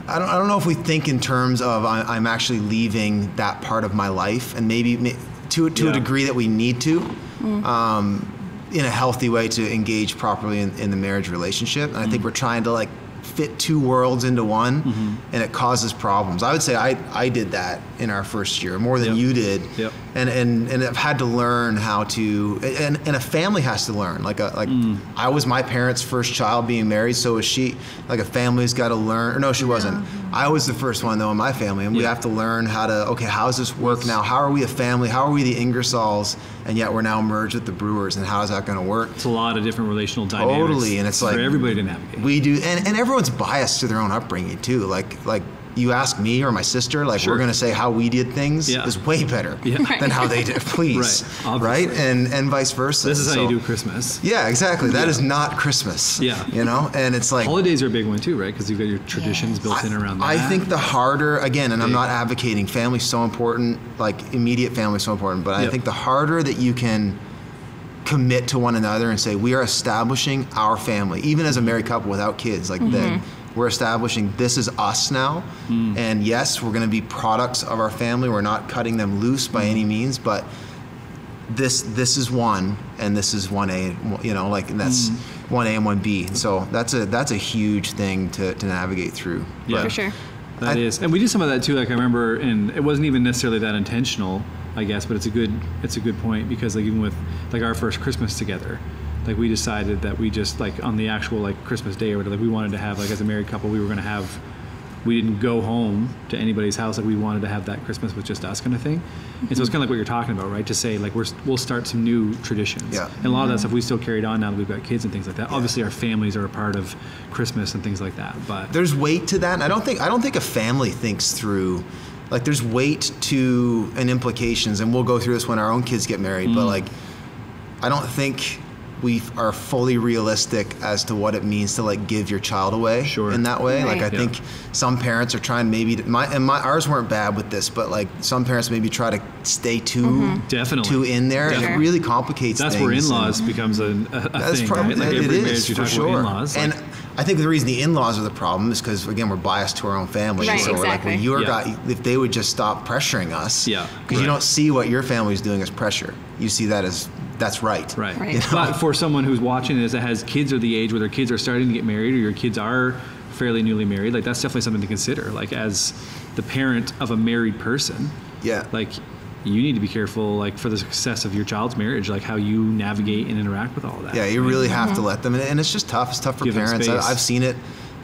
I don't I don't know if we think in terms of I, I'm actually leaving that part of my life and maybe ma- to to
Yeah.
a degree that we need to um, in a healthy way to engage properly in, in the marriage relationship and I think we're trying to like fit two worlds into one and it causes problems I would say I I did that in our first year more than
Yep.
you did
Yep.
and and and I've had to learn how to and and a family has to learn like a like
Mm.
I was my parents' first child being married, so was she. Like a family's got to learn. Or no, she wasn't. I was the first one though in my family, and we
Yeah.
have to learn how to okay, how does this work now? How are we a family? How are we the Ingersolls? And yet we're now merged with the Brewers, and how is that going to work?
It's a lot of different relational dynamics.
Totally, and it's
for
like
everybody to navigate.
We do, and, and everyone's biased to their own upbringing too. Like like you ask me or my sister, like
Sure.
we're gonna say how we did things
Yeah.
is way better
Yeah. Right.
than how they did. Please,
Right, obviously.
and and vice versa.
this is how
So-
you do Christmas.
Yeah, exactly. That is not Christmas.
Yeah.
you know, and it's like
Holidays are a big one too, right? Because you've got your traditions built in around that.
I think the harder, again, and I'm
Big.
not advocating family's so important, like immediate family's so important, but I
Yep.
think the harder that you can commit to one another and say we are establishing our family, even as a married couple without kids, like that
Mm-hmm.
We're establishing this is us now.
Mm.
And yes, we're going to be products of our family. We're not cutting them loose
Mm.
by any means, but this this is one and this is one A, you know, like and that's
Mm.
one A and one B. So that's a that's a huge thing to, to navigate through.
Yeah.
for sure.
That is,
I-
and we did some of that too. Like I remember, and it wasn't even necessarily that intentional, I guess, but it's a good, it's a good point because like even with like our first Christmas together, like we decided that we just like on the actual like Christmas day or whatever, like we wanted to have like as a married couple, we were gonna have, we didn't go home to anybody's house. Like we wanted to have that Christmas with just us kind of thing. And so it's kind of like what you're talking about, right? To say like we're we'll start some new traditions.
Yeah.
And a lot of that stuff we still carried on now that we've got kids and things like that. Obviously, our families are a part of Christmas and things like that, but.
there's weight to that. And I don't think I don't think a family thinks through like there's weight to and implications and we'll go through this when our own kids get married, but
Mm.
like I don't think we are fully realistic as to what it means to like give your child away
Sure.
in that way. Like
Right.
I
Yeah.
think some parents are trying maybe to, my and my ours weren't bad with this, but like some parents maybe try to stay too
Mm-hmm. Definitely.
too in there. and
Sure.
It really complicates
That's
things
where
and-
in-laws becomes a, a, a
that's
thing,
probably
right? Like
it
every
is,
marriage you
for
talk
sure.
about in-laws, like-
and I think the reason the in-laws are the problem is because again we're biased to our own family.
Right,
so we're like, well,
exactly.
your
Yeah.
guy, if they would just stop pressuring us,
Yeah,
because
right.
you don't see what your family's doing as pressure. You see that as that's right,
right?
Right. You know?
But for someone who's watching this that has kids or the age where their kids are starting to get married or your kids are fairly newly married, like that's definitely something to consider. Like as the parent of a married person,
Yeah,
like you need to be careful, like for the success of your child's marriage, like how you navigate and interact with all that.
yeah, you really have to let them, and, and it's just tough. It's tough for
Give them
parents.
space.
I, I've seen it.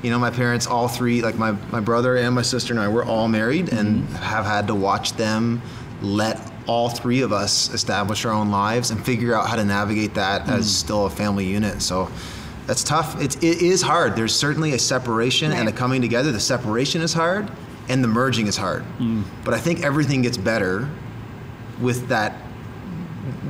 You know, my parents, all three, like my my brother and my sister and I, we're all married, and
Mm-hmm.
have had to watch them let all three of us establish our own lives and figure out how to navigate that
Mm-hmm.
as still a family unit. So. That's tough. It's, it is hard. There's certainly a separation and a
Right.
coming together. The separation is hard, and the merging is hard.
Mm.
But I think everything gets better with that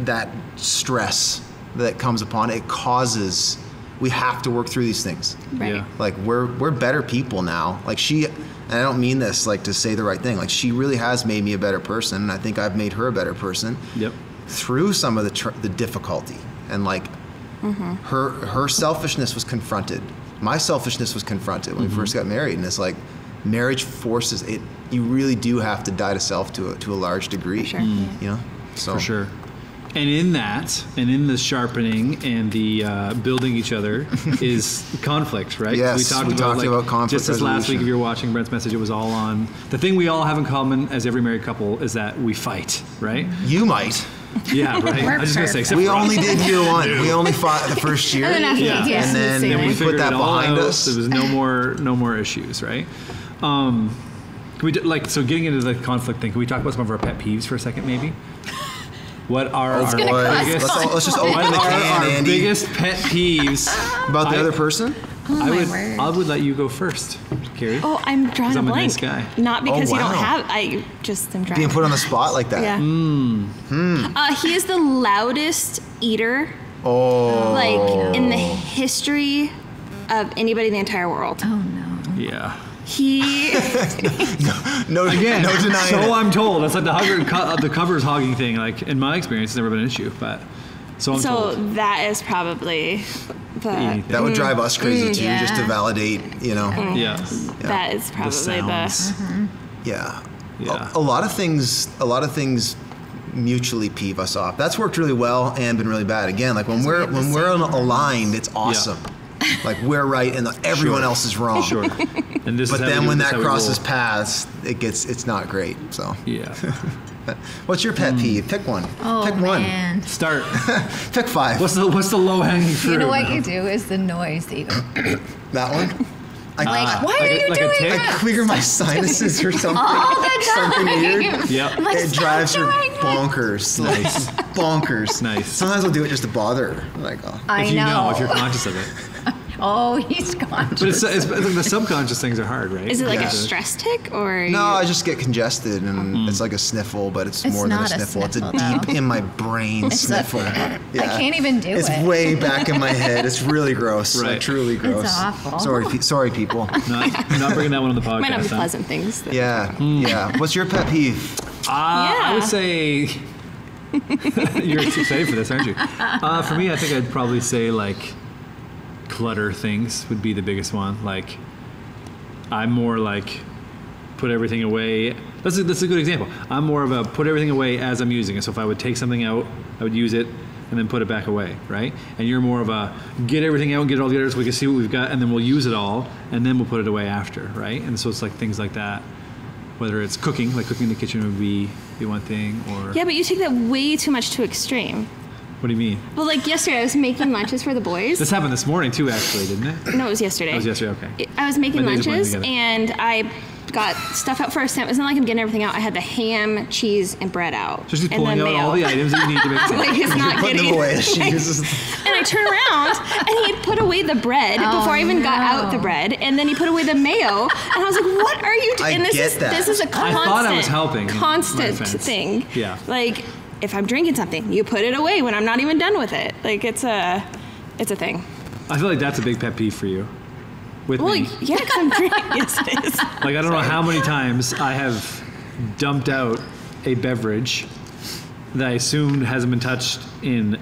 that stress that comes upon it, it causes we have to work through these things
Right.
Yeah.
like we're we're better people now like she and i don't mean this like to say the right thing like she really has made me a better person and i think i've made her a better person
Yep.
through some of the tr- the difficulty and like
Mm-hmm.
her her selfishness was confronted my selfishness was confronted when we first
Mm-hmm.
got married and it's like marriage forces it you really do have to die to self to a, to a large degree
Sure. Mm.
you know so
For sure. And in that, and in the sharpening and the uh, building each other is conflict, right?
Yes, we talked about conflict
Just this last week,
resolution.
if you were watching Brent's message, it was all on the thing we all have in common as every married couple is that we fight, right?
you might
Yeah, right. I was just gonna say, except
we
for
only did year one. We only fought the first year,
And then after
Yeah.
that, yes,
and then
the
and
same.
we
we
figured
put that
it all
behind
out.
us.
There was no more, no more issues, right? Um, can we do, like so getting into the conflict thing? Can we talk about some of our pet peeves for a second, maybe? What are our
gonna
Boy,
cause
biggest-
let's, all, let's just open
What
the
are
can,
our
Andy.
biggest pet peeves
About the
I-
other person?
oh
I
my
would,
word.
I would let you go first, Carrie.
Oh, I'm drawing
'Cause
a
I'm a
blank.
nice guy.
Not because you
Oh, wow.
don't have. I just am drawing.
Being put on the Hmm. spot like that.
yeah. Uh, he is the loudest eater,
Oh.
like in the history of anybody in the entire world.
oh no.
Yeah.
He
No,
Again,
no denying
so
it.
I'm told. That's like the hugger, co- uh, the covers hogging thing. Like in my experience, it's never been an issue, but so I'm
So
told.
that is probably the
Anything.
That would drive us crazy too,
yeah.
just to validate, you know.
Yeah.
that is
The
probably the,
sounds.
Yeah.
Yeah.
A, a lot of things, a lot of things mutually peeve us off. That's worked really well and been really bad. Again, like when we're
have the
when we're aligned, it's awesome. Like we're right and everyone
Sure.
else is wrong.
Sure. And this is
But
how we
then
do
when
this,
that
how we
crosses
roll.
paths, it gets it's not great. So,
Yeah. Hmm.
what's your pet peeve? Pick one.
Oh
Pick one.
man.
Start.
Pick five.
What's the what's the low hanging fruit?
You know what you do is the noise that you go,
that one? I,
like,
Ah,
Oh, why
like
are
a-
you
like a
doing
tick?
that?
I clear my sinuses or something.
All the time.
Something weird.
Yep.
I'm like,
It
"Stop
drives her
doing that."
bonkers. Like,
Nice.
bonkers.
Nice.
Sometimes I'll do it just to bother her. Like, oh.
I
if you know. if you're
know.
conscious of it.
Oh, he's gone.
But it's, it's, it's like the subconscious things are hard, right?
is it like
Yeah.
a stress tick or
No, I
you-
just get congested and it's like a sniffle, but it's,
It's
more than a
not a
sniffle. it's a
sniffle,
deep
though.
in my brain
a-
sniffle.
I can't even do
it's
it.
It's way back in my head. It's really gross. Like,
Right.
truly gross.
awful.
Sorry, pe- sorry, people.
Not, not bringing that one on the podcast.
might not be
huh?
pleasant things. that-
Yeah, yeah. What's your pet peeve?
Uh, I would
Yeah.
say you're excited for this, aren't you? Uh, for me, I think I'd probably say like clutter things would be the biggest one. Like I'm more like put everything away. That's a, that's a good example. I'm more of a put everything away as I'm using it. So if I would take something out, I would use it and then put it back away, right? And you're more of a get everything out and get it all together so we can see what we've got and then we'll use it all and then we'll put it away after, right? And so it's like things like that. Whether it's cooking, like cooking in the kitchen would be, be one thing, or
Yeah, but you take that way too much to extreme.
what do you mean?
Well, like yesterday, I was making lunches for the boys.
This happened this morning too, actually, didn't it?
No, it was yesterday.
That was yesterday, okay.
It- I was making
My days are blending
lunches
together.
and I got stuff out first. It was not like I'm getting everything out. I had the ham, cheese, and bread out.
So she's
and
pulling
then
out all the
mayo.
items that you need to make
like it's not
Putting
getting
them away as she uses them.
And I turn around and he had put away the bread before I even got out the
no.
bread, and then he put away the mayo, and I was like, "What are you
I
doing?" And this
get
is
that.
this is a
I
constant,
thought I was helping, in my
constant
defense.
thing.
Yeah.
like if I'm drinking something, you put it away when I'm not even done with it. Like it's a, it's a thing.
I feel like that's a big pet peeve for you. With
Well,
me.
yeah, because I'm drinking. yes, it is.
Like I don't know how many times I have dumped out a beverage that I assumed hasn't been touched in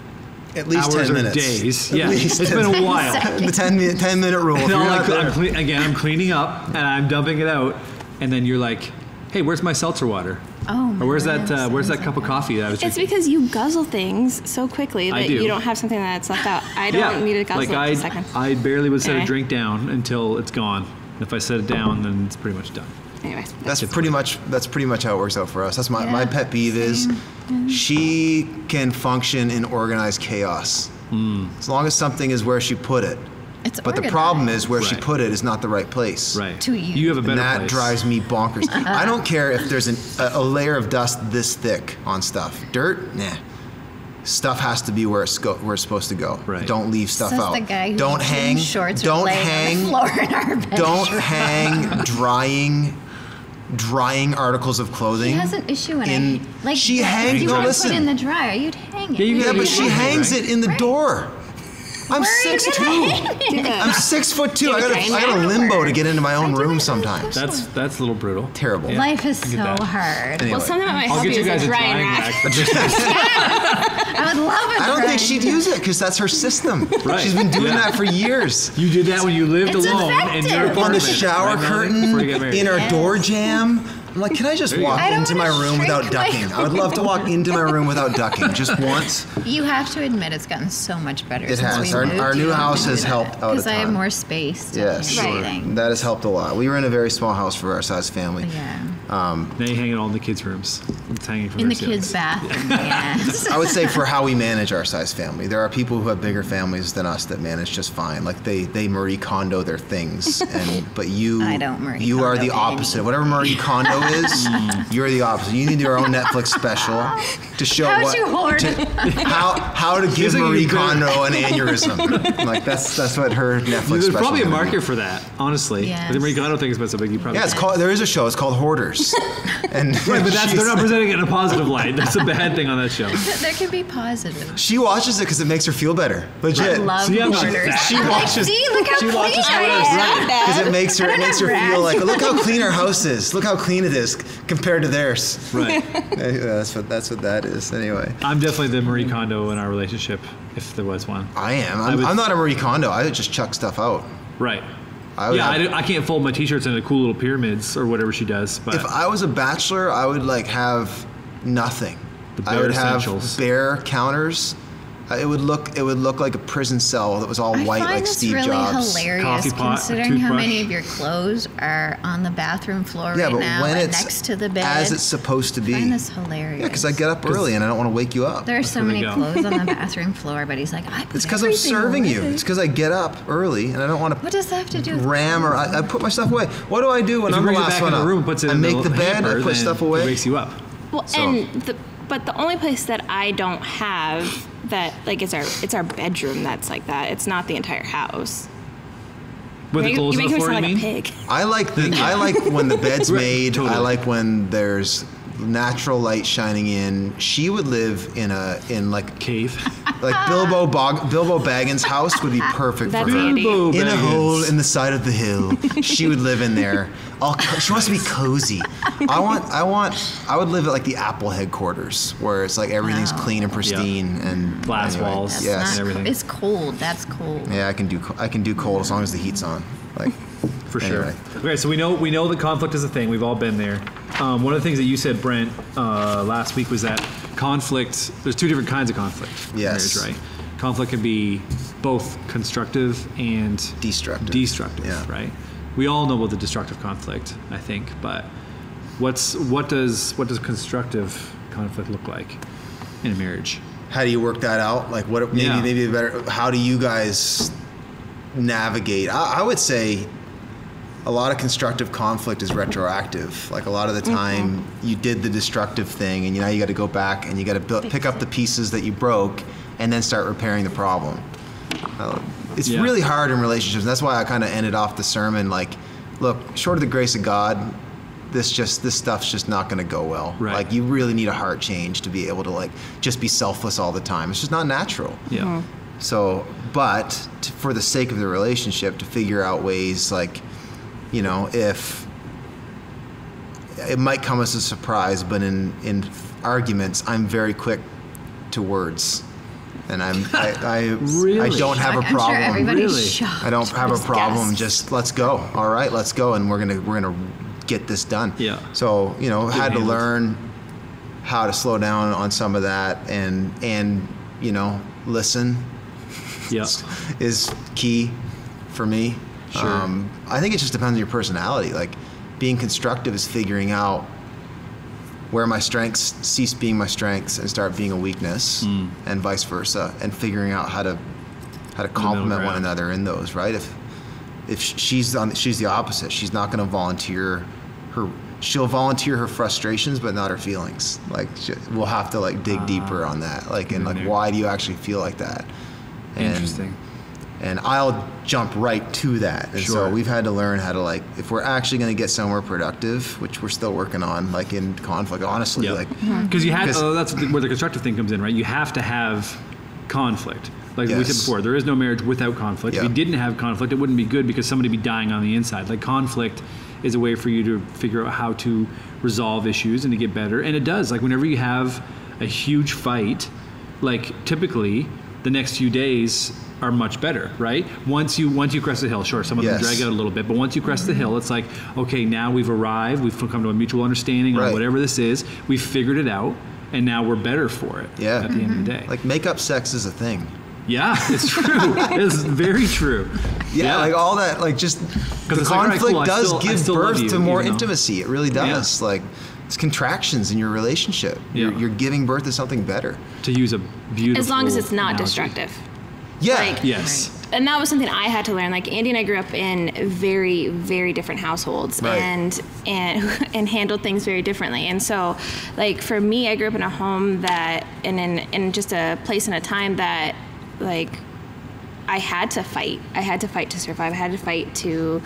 At least
hours
10
or
minutes.
days.
At
yeah,
least
it's been a while.
The 10, mi- 10 minute rule. If
And
you're
I'm
not
like, I'm
there-
cle- again, I'm cleaning up and I'm dumping it out, and then you're like, "Hey, where's my seltzer water?
Oh, my
or where's that?
goodness,
Uh, where's
sounds
that
like
cup of
that.
coffee that I was
It's
drinking?"
because you guzzle things so quickly
I
that
do.
you don't have something that's left out. I don't
yeah,
need to guzzle
like
it
I,
a second.
I barely would set a
Anyway.
drink down until it's gone. And if I set it down, then it's pretty much done.
Anyways,
that's pretty much that's pretty much how it works out for us. That's my, my
Yeah,
pet peeve is she can function in organized chaos
Hmm.
as long as something is where she put it.
It's
But the problem
organized.
is where she
Right.
put it is not the right place.
Right.
To you.
You have a better
And that
place.
drives me bonkers.
Uh-uh.
I don't care if there's an, a, a layer of dust this thick on stuff. Dirt, nah. Stuff has to be where it's, go, where it's supposed to go.
Right.
Don't leave stuff
Says
out.
the guy who
don't hang.
Shorts are
don't
laying
hang.
On the floor in our bed.
Don't hang drying drying articles of clothing.
She has an issue in,
in-
it. Like
she
if
hangs-
You
no,
were to
listen.
Put it in the dryer. You'd hang it.
Yeah, you
You'd
yeah, but she
Right.
hangs it in the
Right.
door. I'm
Where are you
six
gonna
two.
hang it?
I'm six foot two. I
Dude,
got
I
I got a
know.
limbo to get into my
I
own
do
room
it.
sometimes.
That's that's a little brutal.
Terrible.
Yeah,
Life is
I
so
get that.
hard.
Anyway.
well, something that might
I'll
help
get
you
you
is
guys
a drying rack.
rack.
I would love it.
I don't think she'd use it because that's her system.
Right.
She's been doing
Yeah.
that for years.
You did that when you lived
It's
alone in your
effective.
apartment.
On the shower
right, Natalie? Before you get
curtain,
married.
in our
Yes.
door jam. I'm like, can I just
you go.
walk
I don't
into my
wanna
room without
shrink my
ducking? I would love to walk into my room without ducking, just once.
You have to admit it's gotten so much better.
It
since
has.
We
Our-
moved.
our new house has helped out a
because I have
ton.
more space. To
Yes,
do
Right.
everything.
that has helped a lot. We were in a very small house for our size family.
Yeah.
Now you hang it all in the kids' rooms. It's hanging from
In the
their
kids'
ceilings.
bathroom. Yes.
I would say for how we manage our size family, there are people who have bigger families than us that manage just fine. Like they they Marie Kondo their things, and but you
I don't Marie
you are
Kondo
the
anything.
opposite. Whatever Marie Kondo is,
Mm.
you're the opposite. You need your own Netflix special to show
How
what
to hoard.
how how to give
like
Marie
you better-
Kondo an aneurysm. like that's that's what her Netflix.
There's
special
probably a
gonna be.
market for that, honestly.
Yes.
I think Marie Kondo thing has been so big, you probably
Yeah, it's called. There is a show. It's called Hoarders. And
Right, but that's, they're not presenting it in a positive light. That's a bad thing on that show.
there can be positive.
She watches it because it makes her feel better. Legit.
I love
See, I'm not-
hoarders.
she
I'm like,
watches-
See, look how
she
clean
watches
I am.
Because it makes her it makes her feel
rats.
like look how clean our house is. Look how clean it is compared to theirs.
Right.
Uh, that's what that's what that is anyway.
I'm definitely the Marie Kondo in our relationship, if there was one.
I am. I'm,
I would-
I'm not a Marie Kondo. I just chuck stuff out.
Right.
I would
yeah,
have-
I, do- I can't fold my t-shirts into cool little pyramids or whatever she does, but
If I was a bachelor, I would like have nothing.
The
I
bare
would have
essentials.
bare counters. Uh, It would look it would look like a prison cell that was all
I
white,
find
like
this
Steve
really
Jobs.
hilarious
Coffee pot,
considering how many
toothbrush.
of your clothes are on the bathroom floor
Yeah,
right
but
now
when
and
it's
next to the bed.
as it's supposed to be.
I find this hilarious.
Yeah, because I get up early and I don't want to wake you up.
There are so
where they
many
go.
clothes on the bathroom floor, but he's like, I put
It's because I'm
everything
serving
away.
you. It's because I get up early and I don't want
What
to
does that have to do with
ram or I, I put my stuff away. What do I do when
if you
I'm the
bring it
last
back in
one
the
up?
room, puts it
I
in
make
the,
the, bed.
hamper,
I put
then
stuff
It
away.
wakes you up.
Well,
So-
and the, but the only place that I don't have that like it's our it's our bedroom that's like that. It's not the entire house.
With
you
the clothes
you
on
make
the
me
floor,
sound
you
like
mean?
a pig.
I like the I like when the bed's
Right,
made. I
totally.
like when there's natural light shining in. She would live in a in like
Cave.
like Bilbo Bog, Bilbo Baggins' house would be perfect
That's
for her.
Andy.
Bilbo
in a
Baggins.
hole in the side of the hill. She would live in there. All co- she wants to be cozy. I want, I want, I would live at like the Apple headquarters, where it's like everything's
Wow.
clean and pristine and
Glass walls
That's
Yes.
and
not-
everything.
It's cold. That's cold.
Yeah, I can do, co- I can do cold as long as the heat's on. Like,
for sure.
Anyway.
Okay, so we know we know that conflict is a thing. We've all been there. Um, one of the things that you said, Brent, uh, last week was that conflict. There's two different kinds of conflict. in
Yes.
marriage, right. Conflict can be both constructive and
Destructive.
Destructive.
Yeah.
Right. We all know about the destructive conflict, I think, but what's what does what does constructive conflict look like in a marriage?
how do you work that out? Like, what maybe
Yeah.
maybe a better? How do you guys navigate? I, I would say a lot of constructive conflict is retroactive. Like a lot of the time, you did the destructive thing, and you, now you got to go back and you got to build, pick up the pieces that you broke, and then start repairing the problem. Uh, it's
Yeah.
really hard in relationships. And that's why I kind of ended off the sermon like, look, short of the grace of God, this just this stuff's just not going to go well.
Right.
Like you really need a heart change to be able to like just be selfless all the time. It's just not natural.
Yeah.
Hmm. So, but to, for the sake of the relationship, to figure out ways like, you know, if it might come as a surprise, but in in arguments, I'm very quick to words, and I'm I I, I
Really?
don't have a
I'm
problem.
sure everybody's
Really?
shocked.
I don't have a
Just
problem.
gasped.
Just let's go. All right, let's go, and we're gonna we're gonna get this done.
Yeah.
So you know, had to
handled.
learn how to slow down on some of that, and and you know, listen
Yeah.
is key for me. Um,
Sure.
I think it just depends on your personality. Like being constructive is figuring out where my strengths cease being my strengths and start being a weakness,
Hmm.
and vice versa, and figuring out how to how to complement one
ground.
another in those. Right? If if sh- she's on, she's the opposite. She's not going to volunteer her. She'll volunteer her frustrations, but not her feelings. Like she, we'll have to like dig deeper
Ah.
on that. Like and like,
there.
why do you actually feel like that? And-
Interesting.
and I'll jump right to that. And
Sure.
so we've had to learn how to like, if we're actually going to get somewhere productive, which we're still working on, like in conflict, honestly,
Yeah.
like
Because you had
'Cause-
oh, that's where the constructive thing comes in, right? You have to have conflict. Like we said
Yes.
before, there is no marriage without conflict. If
Yeah.
you didn't have conflict, it wouldn't be good because somebody'd be dying on the inside. Like conflict is a way for you to figure out how to resolve issues and to get better. And it does. Like whenever you have a huge fight, like typically the next few days are much better, right? Once you once you crest the hill, sure, some of them
Yes.
drag out a little bit, but once you crest the hill, it's like, okay, now we've arrived, we've come to a mutual understanding on
Right.
whatever this is, we figured it out, and now we're better for it.
Yeah.
At the end of
Mm-hmm.
the day.
like makeup sex is a thing.
yeah, it's true. it's very true.
Yeah, like all that, like just the
it's like, all right,
conflict
cool, I
does
still- I
give
still love
birth
you,
to more
even though-
intimacy. It really
Yeah.
does. Like it's contractions in your relationship.
Yeah.
You're, you're giving birth to something better.
to use a beautiful.
as long as it's not
analogy.
destructive.
Yeah.
Like-
Yes.
and that was something I had to learn. Like Andy and I grew up in very, very different households,
Right.
and and and handled things very differently. And so, like for me, I grew up in a home that, and in in just a place and a time that, like, I had to fight. I had to fight to survive. I had to fight to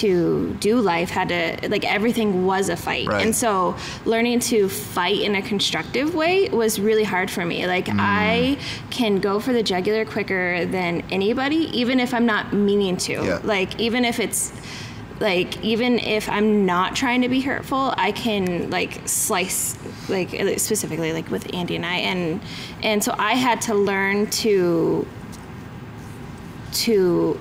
to do life. Had to like everything was a fight.
Right.
And so, learning to fight in a constructive way was really hard for me. Like
Mm.
I can go for the jugular quicker than anybody, even if I'm not meaning to.
Yeah.
Like even if it's like even if I'm not trying to be hurtful, I can like slice like specifically like with Andy and I and and so I had to learn to to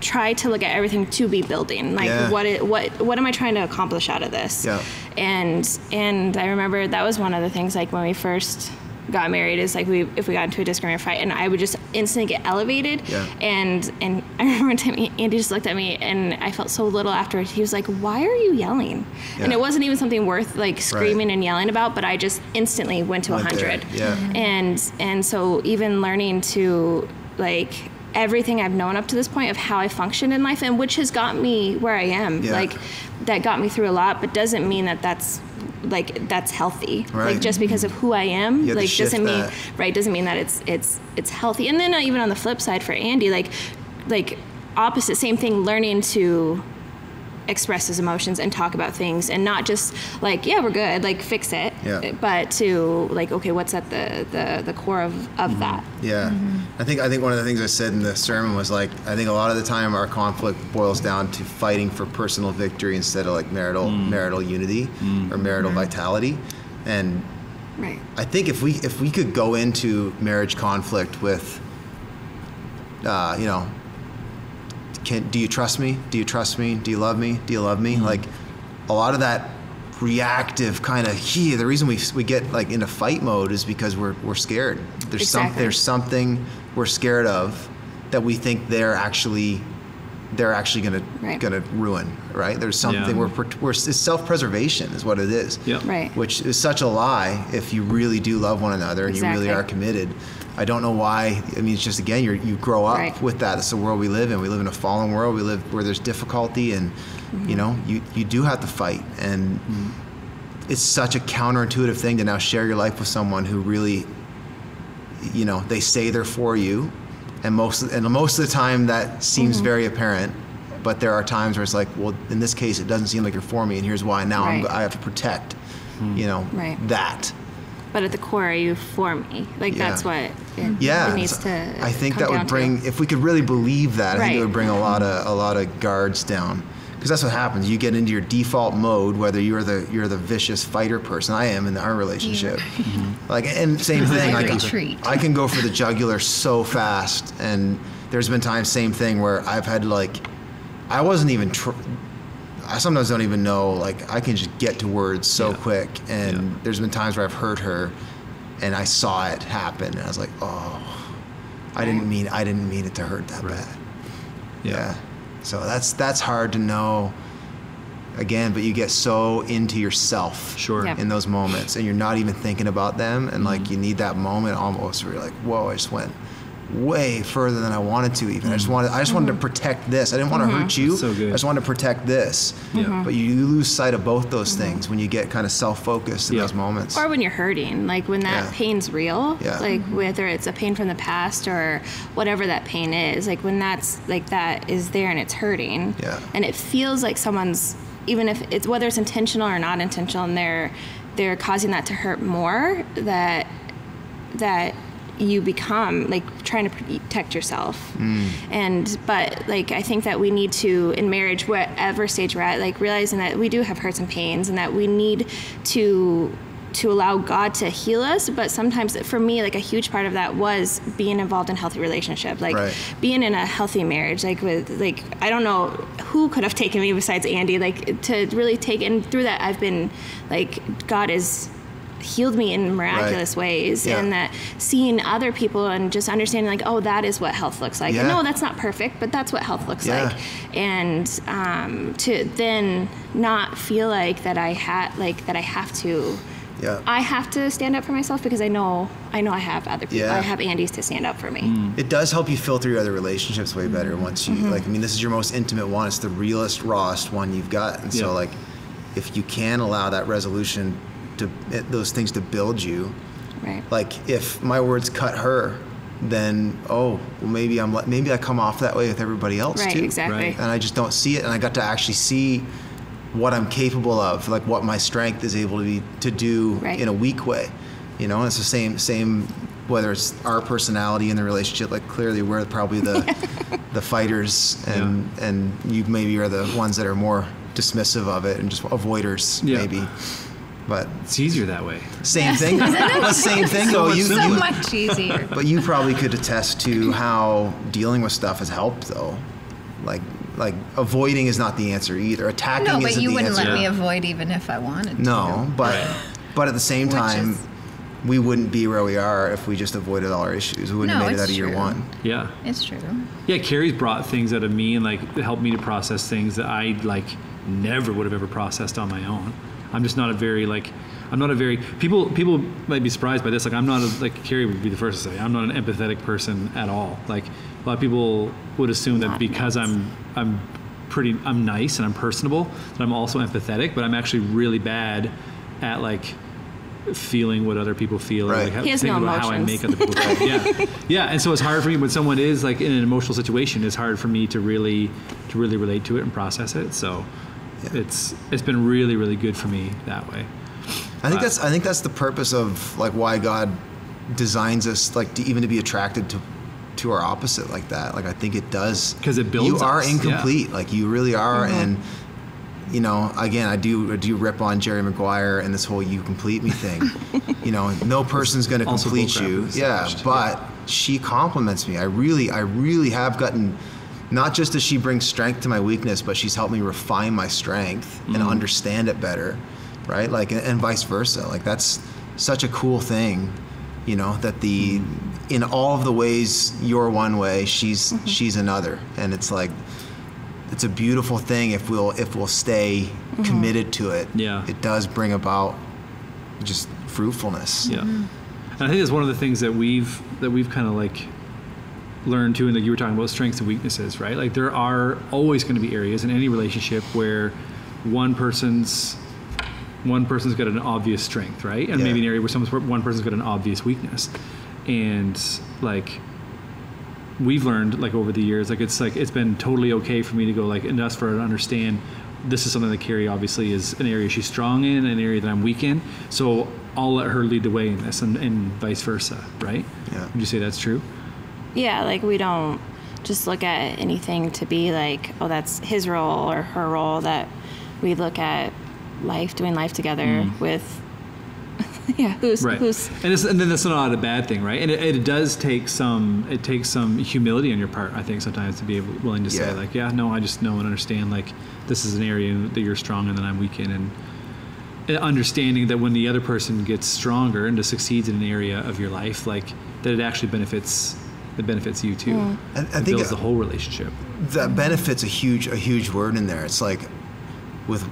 try to look at everything to be building like
Yeah.
what it, what what am i trying to accomplish out of this
Yeah.
and and i remember that was one of the things like when we first got married is like we if we got into a disagreement or fight and i would just instantly get elevated
Yeah.
and and i remember one time andy just looked at me and i felt so little afterwards he was like why are you yelling and
Yeah.
it wasn't even something worth like screaming and yelling about but i just instantly went to
Went there,
100
yeah.
and and so even learning to like everything i've known up to this point of how i function in life and which has got me where i am
Yeah.
like that got me through a lot but doesn't mean that that's like that's healthy like
Right.
just because of who i am
You had to
like
shift
doesn't mean
that.
right doesn't mean that it's it's it's healthy and then uh, even on the flip side for andy like like opposite same thing learning to express his emotions and talk about things and not just like yeah we're good like fix it
Yeah.
but to like okay what's at the the, the core of of
Mm-hmm.
that
Yeah, I think I think one of the things I said in the sermon was like I think a lot of the time our conflict boils down to fighting for personal victory instead of like marital
Mm.
marital unity or marital vitality, and
right
I think if we if we could go into marriage conflict with, uh, you know, can do you trust me? Do you trust me? Do you love me? Do you love
Mm-hmm.
me? Like a lot of that reactive kind of he the reason we we get like into fight mode is because we're we're scared. There's some
Exactly.
there's something we're scared of that we think they're actually they're actually going
Right.
to going to ruin, right? There's something
Yeah.
we're, pr- we're it's self-preservation is what it is.
Yep.
Right.
Which is such a lie if you really do love one another and you really
Exactly.
are committed. I don't know why. I mean, it's just again, you you grow up
Right.
with that. It's the world we live in. We live in a fallen world. We live where there's difficulty, and
Mm-hmm.
you know, you you do have to fight. And
Mm-hmm.
it's such a counterintuitive thing to now share your life with someone who really, you know, they say they're for you, and most and most of the time that seems
Mm-hmm.
very apparent. But there are times where it's like, well, in this case, it doesn't seem like you're for me, and here's why. Now I'm,
Right.
I have to protect, you know,
Right.
that.
But at the core, are you for me? Like
Yeah.
that's what it,
yeah
it needs
it's-
to.
i think
come
that
down
would
to.
bring if we could really believe that i think it
Right.
would bring a lot of a lot of guards down because that's what happens you get into your default mode whether you're the you're the vicious fighter person i am in our relationship like and same thing
I
like,
retreat.
I can go for the jugular so fast and there's been times same thing where i've had like i wasn't even tr- I sometimes don't even know. Like I can just get to words so
Yeah.
quick, and
Yeah.
there's been times where I've hurt her, and I saw it happen, and I was like, oh, I didn't mean I didn't mean it to hurt that
Mm. Right.
bad. Yeah. So that's that's hard to know. Again, but you get so into yourself
Sure. Mm-hmm.
Yeah.
in those moments, and you're not even thinking about them, and like you need that moment almost where you're like, whoa, I just went way further than I wanted to. Even I just wanted I just wanted
Mm-hmm.
to protect this. I didn't want to hurt you.
Mm-hmm. So good.
I just wanted to protect this.
Yeah.
Mm-hmm.
Mhm.
But you lose sight of both those things when you get kind of self-focused in
Yeah.
those moments.
Or when you're hurting, like when that
Yeah.
pain's real,
Yeah.
like whether it's a pain from the past or whatever that pain is, like when that's like that is there and it's hurting,
Yeah.
and it feels like someone's even if it's whether it's intentional or not intentional, and they're they're causing that to hurt more that that you become like trying to protect yourself and but like i think that we need to in marriage whatever stage we're at like realizing that we do have hurts and pains and that we need to to allow god to heal us but sometimes for me like a huge part of that was being involved in healthy relationship like
Right.
being in a healthy marriage like with like i don't know who could have taken me besides andy like to really take and through that i've been like god has healed me in miraculous ways
Yeah.
and that seeing other people and just understanding like oh that is what health looks like
Yeah.
no that's not perfect but that's what health looks
Yeah.
like and um, to then not feel like that i had like that i have to
yeah.
i have to stand up for myself because i know i know i have other people
Yeah. Mm.
i have andy's to stand up for me
it does help you filter your other relationships way better once you like i mean this is your most intimate one it's the realest rawest one you've got and
Yeah.
so like if you can allow that resolution to it, those things to build you
right
like if my words cut her then oh well maybe i'm li- maybe i come off that way with everybody else
right
too
exactly
Right.
and I just don't see it. And I got to actually see what I'm capable of, like what my strength is able to be to do
Right.
in a weak way. You know, it's the same same whether it's our personality in the relationship. Like clearly, we're probably the the fighters, and and you maybe are the ones that are more dismissive of it and just avoiders
Yeah.
maybe. But
It's easier that way.
same thing. but same thing though. You,
so
you,
much easier.
but you probably could attest to how dealing with stuff has helped, though. Like, like avoiding is not the answer either. Attacking
No, but
isn't
you
the
wouldn't
answer.
let me avoid even if I wanted
no, but but at the same time,
is-
we wouldn't be where we are if we just avoided all our issues. We wouldn't
No,
have made it
it's
out of year
true.
one.
Yeah.
to. It's true.
Yeah, Carrie's brought things out of me and like helped me to process things that I like never would have ever processed on my own. I'm just not a very like I'm not a very people people might be surprised by this. Like I'm not a, like Carrie would be the first to say I'm not an empathetic person at all. Like a lot of people would assume that because I'm I'm pretty I'm nice and I'm personable that I'm also empathetic, but I'm actually really bad at like feeling what other people feel or
Right.
like how-
He has no
thinking about how I
emotions.
make other people feel. yeah, yeah. And so it's hard for me when someone is like in an emotional situation. It's hard for me to really, to really relate to it and process it. So it's it's been really really good for me that way.
I think that's I think that's the purpose of like why God designs us like to even to be attracted to to our opposite like that. Like I think it does
'Cause it builds
You are
us, yeah.
incomplete. Like you really are,
Mm-hmm.
and you know again I do I do rip on Jerry Maguire and this whole "you complete me" thing. you know, no person's going to
Also
complete
bullcrap
you.
we've
Yeah,
established,
but she compliments me. I really I really have gotten Not just does she bring strength to my weakness, but she's helped me refine my strength and understand it better, right? Like, and, and vice versa. Like, that's such a cool thing, you know, that the, in all of the ways you're one way, she's, she's another. And it's like, it's a beautiful thing if we'll, if we'll stay committed to it.
Yeah.
It does bring about just fruitfulness.
Yeah, and I think that's one of the things that we've that we've kind of like learned too, and that you were talking about strengths and weaknesses, right? Like there are always going to be areas in any relationship where one person's one person's got an obvious strength, right? And
Yeah.
maybe an area where someone's one person's got an obvious weakness, and like we've learned like over the years like it's like it's been totally okay for me to go like and that's for her to understand this is something that Carrie obviously is an area she's strong in an area that I'm weak in so I'll let her lead the way in this and, and vice versa right
Yeah.
would you say that's true
Yeah, like we don't just look at anything to be like, oh, that's his role or her role. That we look at life, doing life together with, yeah, who's
right
who's
and, it's, and then that's not a bad thing right and it, it does take some it takes some humility on your part I think sometimes to be able, willing to say
Yeah.
like yeah no I just know and understand like this is an area that you're strong in that I'm weak in and and understanding that when the other person gets stronger and just succeeds in an area of your life like that it actually benefits it benefits you too
Mm. I- I
It
think
builds
it-
the whole relationship
that benefits a huge a huge word in there. It's like with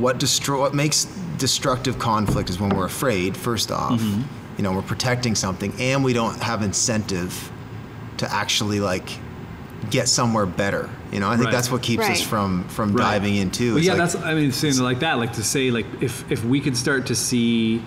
what destroy what makes destructive conflict is when we're afraid. First off,
Mm-hmm.
you know we're protecting something, and we don't have incentive to actually like get somewhere better. You know, I think
Right.
that's what keeps us
Right.
from from
Right.
diving in too.
Well,
It's
yeah,
like-
that's I mean saying like that, like to say like if if we could start to see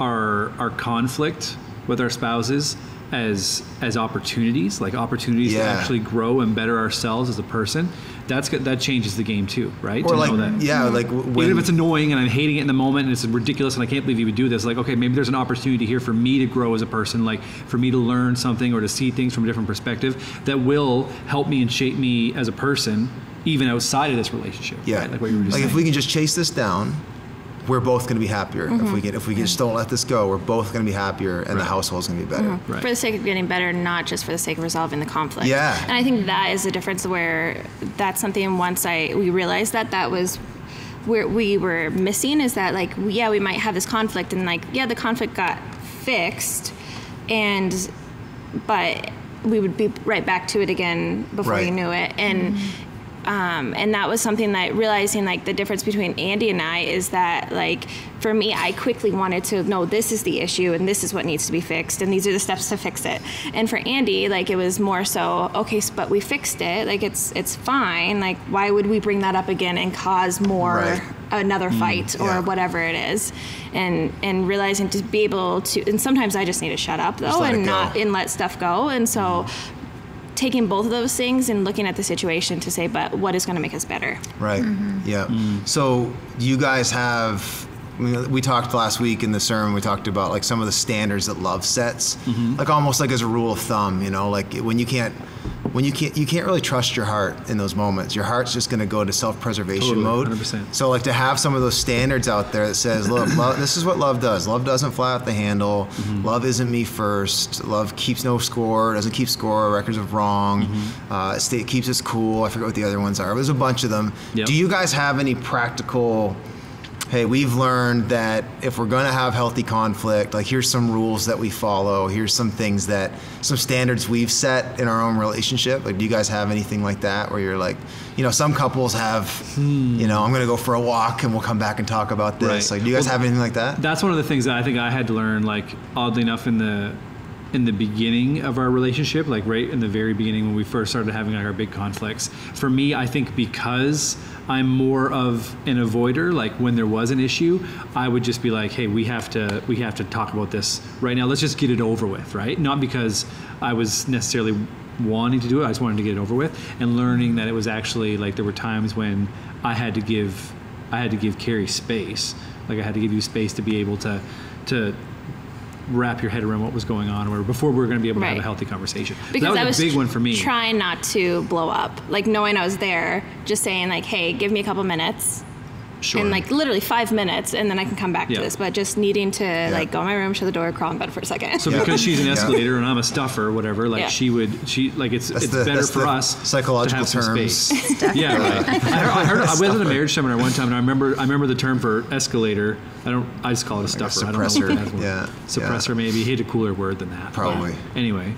our our conflict with our spouses as as opportunities, like opportunities to
Yeah.
actually grow and better ourselves as a person, that's good that changes the game too, right?
or
to
like
know that.
yeah, like w- when,
Even if it's annoying and I'm hating it in the moment and it's ridiculous and I can't believe you would do this, like, okay, maybe there's an opportunity here for me to grow as a person, like for me to learn something or to see things from a different perspective that will help me and shape me as a person, even outside of this relationship.
Yeah.
right? Like what you were just
Like,
saying.
if we can just chase this down, we're both going to be happier. If we can, if we can just don't let this go, we're both going to be happier, and the household's going to be better.
Right.
for the sake of getting better, not just for the sake of resolving the conflict.
Yeah.
And I think that is the difference where that's something once I we realized that that was where we were missing is that like yeah we might have this conflict and like yeah the conflict got fixed and but we would be right back to it again before
Right.
you knew it and um, and that was something that realizing like the difference between Andy and I is that like for me I quickly wanted to know this is the issue and this is what needs to be fixed and these are the steps to fix it and for Andy like it was more so okay s- but we fixed it like it's it's fine like why would we bring that up again and cause more
Right. Mm,
another fight or
yeah.
whatever it is and and realizing to be able to and sometimes I just need to shut up though
let it
Oh, and
go.
not and let stuff go and so taking both of those things and looking at the situation to say, but what is going to make us better?
Right. Yeah.
Mm.
So you guys have. I mean, We talked last week in the sermon. We talked about like some of the standards that love sets,
Mm-hmm.
like almost like as a rule of thumb. You know, like when you can't, when you can't, you can't really trust your heart in those moments. Your heart's just going to go into self-preservation
Totally,
mode.
100%.
So like to have some of those standards out there that says, look, love, this is what love does. Love doesn't fly off the handle. Love isn't me first. Love keeps no score. Doesn't keep score. Records of wrong. Uh, it stay- keeps us cool. I forget what the other ones are. There's a bunch of them.
Yep.
Do you guys have any practical? Hey, we've learned that if we're going to have healthy conflict, like here's some rules that we follow. Here's some things that some standards we've set in our own relationship. Like, do you guys have anything like that where you're like, you know, some couples have, you know, I'm going to go for a walk and we'll come back and talk about this.
Hmm. Right.
Like, do you guys
Well,
have anything like that?
That's one of the things that I think I had to learn. Like oddly enough, in the in the beginning of our relationship, like right in the very beginning when we first started having like our big conflicts. For me, I think because I'm more of an avoider, like when there was an issue, I would just be like, "Hey, we have to we have to talk about this right now. Let's just get it over with." Right? Not because I was necessarily wanting to do it. I just wanted to get it over with and learning that it was actually like there were times when I had to give I had to give Carrie space. Like I had to give you space to be able to to wrap your head around what was going on or before we were going to be able to have a
Right.
healthy conversation. So
Because
that
I
was
was
a big one for me.
Trying not to blow up, like knowing I was there, just saying like, "Hey, give me a couple minutes,"
Sure.
in like literally five minutes, and then I can come back
Yeah.
to this. But just needing to like go in my room, shut the door, crawl in bed for a second.
So
Yeah.
because she's an
Yeah.
escalator and I'm a stuffer, whatever, like
Yeah.
she would, she like it's
That's
it's
the-
better
that's
for
the
us
psychological
to have some
terms.
space. yeah, right. I heard, I, heard, I was at a marriage seminar one time, and I remember I remember the term for escalator. I don't. I just call it a
Like a
stuffer. I don't know what
suppressor.
that one-
Yeah,
suppressor
yeah.
maybe. He had a cooler word than that.
Probably.
But Anyway,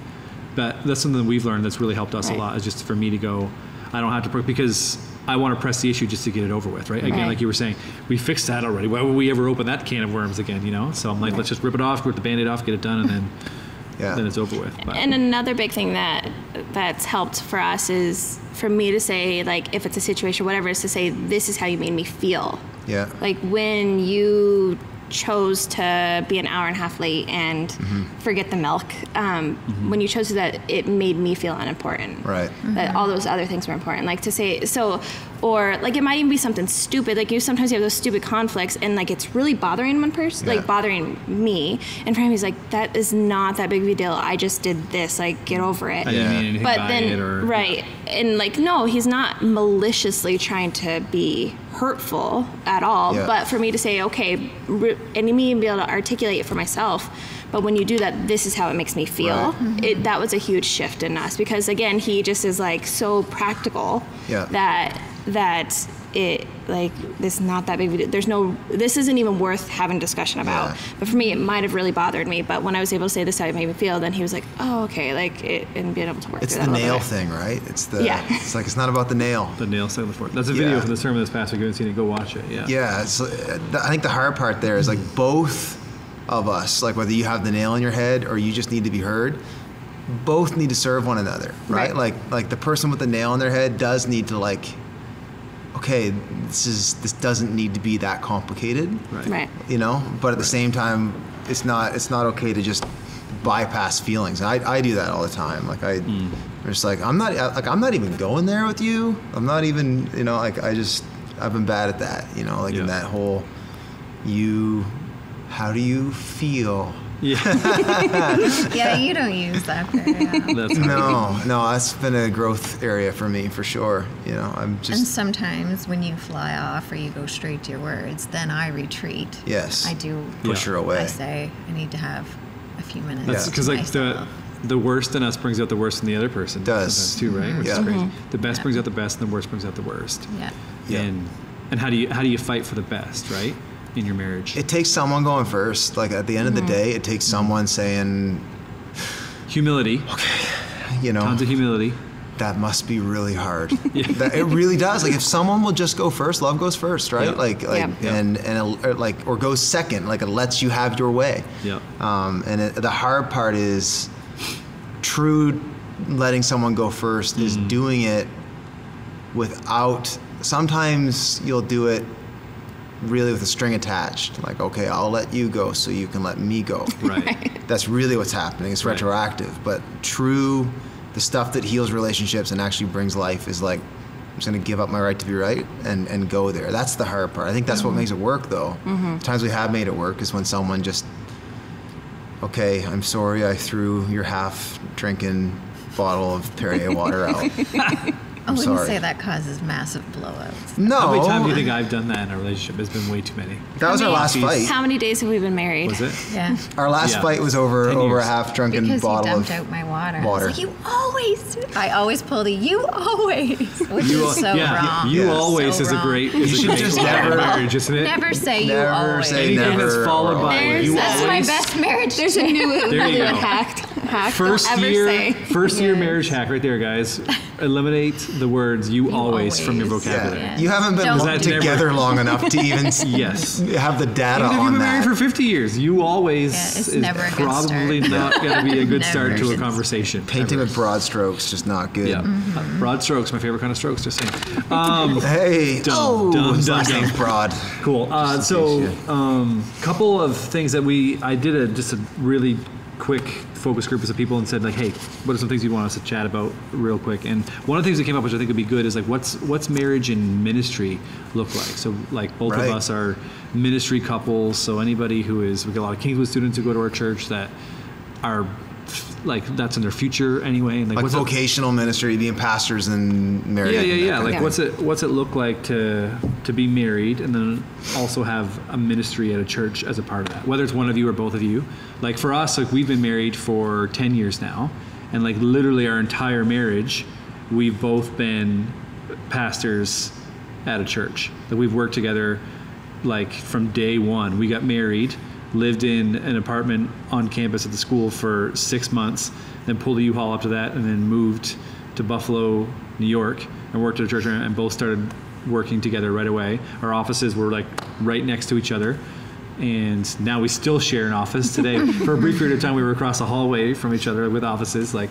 but that's something that we've learned that's really helped us a
Right.
lot. Is just for me to go. I don't have to pro- because. I want to press the issue just to get it over
Mm-hmm.
with, right? Again,
Right.
like you were saying, we fixed that already. Why would we ever open that can of worms again, you know? So I'm like, let's just rip it off, rip the band aid off, get it done, and then
Yeah.
then it's over with. But
And another big thing that that's helped for us is for me to say like if it's a situation whatever is to say this is how you made me feel.
Yeah.
Like when you chose to be an hour and a half late and
Mm-hmm.
forget the milk, um, when you chose to do that, it made me feel unimportant.
Right.
That all those other things were important. Like to say so, or like it might even be something stupid. Like you sometimes you have those stupid conflicts, and like it's really bothering one person,
Yeah.
like bothering me. And for him, he's like, that is not that big of a deal. I just did this. Like get over it.
I didn't
Yeah.
mean anything
But
by
then,
it or,
right, and like, no, he's not maliciously trying to be hurtful at all.
Yeah.
But for me to say, okay, re- and me be able to articulate it for myself, but when you do that, this is how it makes me feel.
Right.
It, that was a huge shift in us because again, he just is like so practical
Yeah.
that that it like it's not that big. of a deal. There's no this isn't even worth having discussion about.
Yeah.
But for me, it might have really bothered me. But when I was able to say this, is how it made me feel. Then he was like, oh, okay, like it, and being able to work.
It's
through
the
that a little
nail
bit.
thing, right? It's the.
Yeah.
It's like it's not about the nail.
The nail set on the floor. That's a video
Yeah.
from the sermon this past week. If you haven't seen it, go watch it. Yeah.
Yeah, it's, uh, th- I think the hard part there is like both of us, like whether you have the nail in your head or you just need to be heard, both need to serve one another, right?
Right.
Like like the person with the nail in their head does need to like, okay, this is this doesn't need to be that complicated,
Right.
Right.
you know. But at the same time, it's not it's not okay to just bypass feelings. And I I do that all the time. Like I, I'm just like I'm not like I'm not even going there with you. I'm not even you know like I just I've been bad at that. You know like
Yeah.
in that whole you, how do you feel?
Yeah.
yeah, you don't use that. Very well.
That's
No, no, that's been a growth area for me for sure. You know I'm
And
just
sometimes when you fly off or you go straight to your words, then I retreat.
Yes.
I do
push her away.
I say I need to have a few minutes.
that's
to
because like the
myself."
the worst in us brings out the worst in the other person.
Does.
sometimes too, right? Which
Yeah.
is crazy.
Mm-hmm.
The best brings out the best, and the worst brings out the worst.
yeah.
Yeah.
And and how do you how do you fight for the best, right? In your marriage,
It takes someone going first. Like at the end
Mm-hmm.
of the day, it takes someone saying,
humility,
you know,
tons of humility.
that must be really hard. That- it really does. Like if someone will just go first, love goes first, right?
Yeah.
Like, like
Yeah.
and and it, or like or goes second, like it lets you have your way.
Yeah.
Um, and it, the hard part is true letting someone go first is
Mm-hmm.
doing it without. Sometimes you'll do it really with a string attached. Like, okay, I'll let you go so you can let me go.
Right.
That's really what's happening. It's
Right.
retroactive, but true, the stuff that heals relationships and actually brings life is like, I'm just gonna give up my right to be right and, and go there. That's the hard part. I think that's
Mm-hmm.
what makes it work, though. The times we have made it work is when someone just, okay, I'm sorry, I threw your half drinking bottle of Perrier water out.
I wouldn't
sorry.
Oh, say that causes massive blowouts.
No,
How many times do you think I've done that in a relationship? It's been way too many.
that was our last
Jeez.
fight.
How many days have we been married?
Was it?
Yeah.
Our last
Yeah.
fight was over
Ten
over
years.
a half drunken
Because you
bottle
dumped
of
out my water.
water.
I was like, you always. do-" I always pull the you always, which
You al-
is so
yeah,
wrong.
you
Yeah.
always
So
is a
wrong.
great. Is
You
a
should
great
just
one in
never-
marriage, isn't it?
Never say you
Never
always.
say
Anything
never.
that's followed
or
by
always.
you
That's my
always-
best marriage.
There's a
There
new
you
Hollywood
go.
hack. hack.
First
Don't ever
year,
say.
first year
Yes.
marriage hack right there, guys. Eliminate the words "you, always, from your
always.
vocabulary.
Yeah. You haven't been
Don't
Is that
do
together
never-
long enough to even s-
Yes.
have the data
Even if you've
on
been
that.
married for 50 years, you always
Yeah, it's
is
never a good
probably not going to be a good start to a
Never.
conversation.
Painting
ever.
with broad strokes just not good.
Yeah.
Mm-hmm.
Uh, broad strokes, my favorite kind of strokes, just saying. Um,
Hey,
Dumb,
oh,
dumb,
his
dumb,
last
dumb.
name's broad.
Cool. Uh,
Just in
so,
case,
um, couple of things that we I did a just a really quick focus group with some people and said like, hey, what are some things you want us to chat about real quick? And one of the things that came up, which I think would be good, is like, what's what's marriage and ministry look like? So, like, both
Right.
of us are ministry couples. So anybody who is, we get a lot of Kingswood students who go to our church that are like that's in their future anyway. And like,
Like
what's it,
vocational ministry, being pastors and married.
yeah,
and
yeah,
that
yeah.
kind
Like,
of
what's it what's it look like to to be married and then also have a ministry at a church as a part of that? Whether it's one of you or both of you. Like for us, like we've been married for ten years now, and like literally our entire marriage, we've both been pastors at a church. That we've worked together, like from day one. We got married. Lived in an apartment on campus at the school for six months, then pulled a U-Haul up to that, and then moved to Buffalo, New York, and worked at a church, and both started working together right away. Our offices were like right next to each other, and now we still share an office. Today, for a brief period of time, we were across the hallway from each other with offices. Like,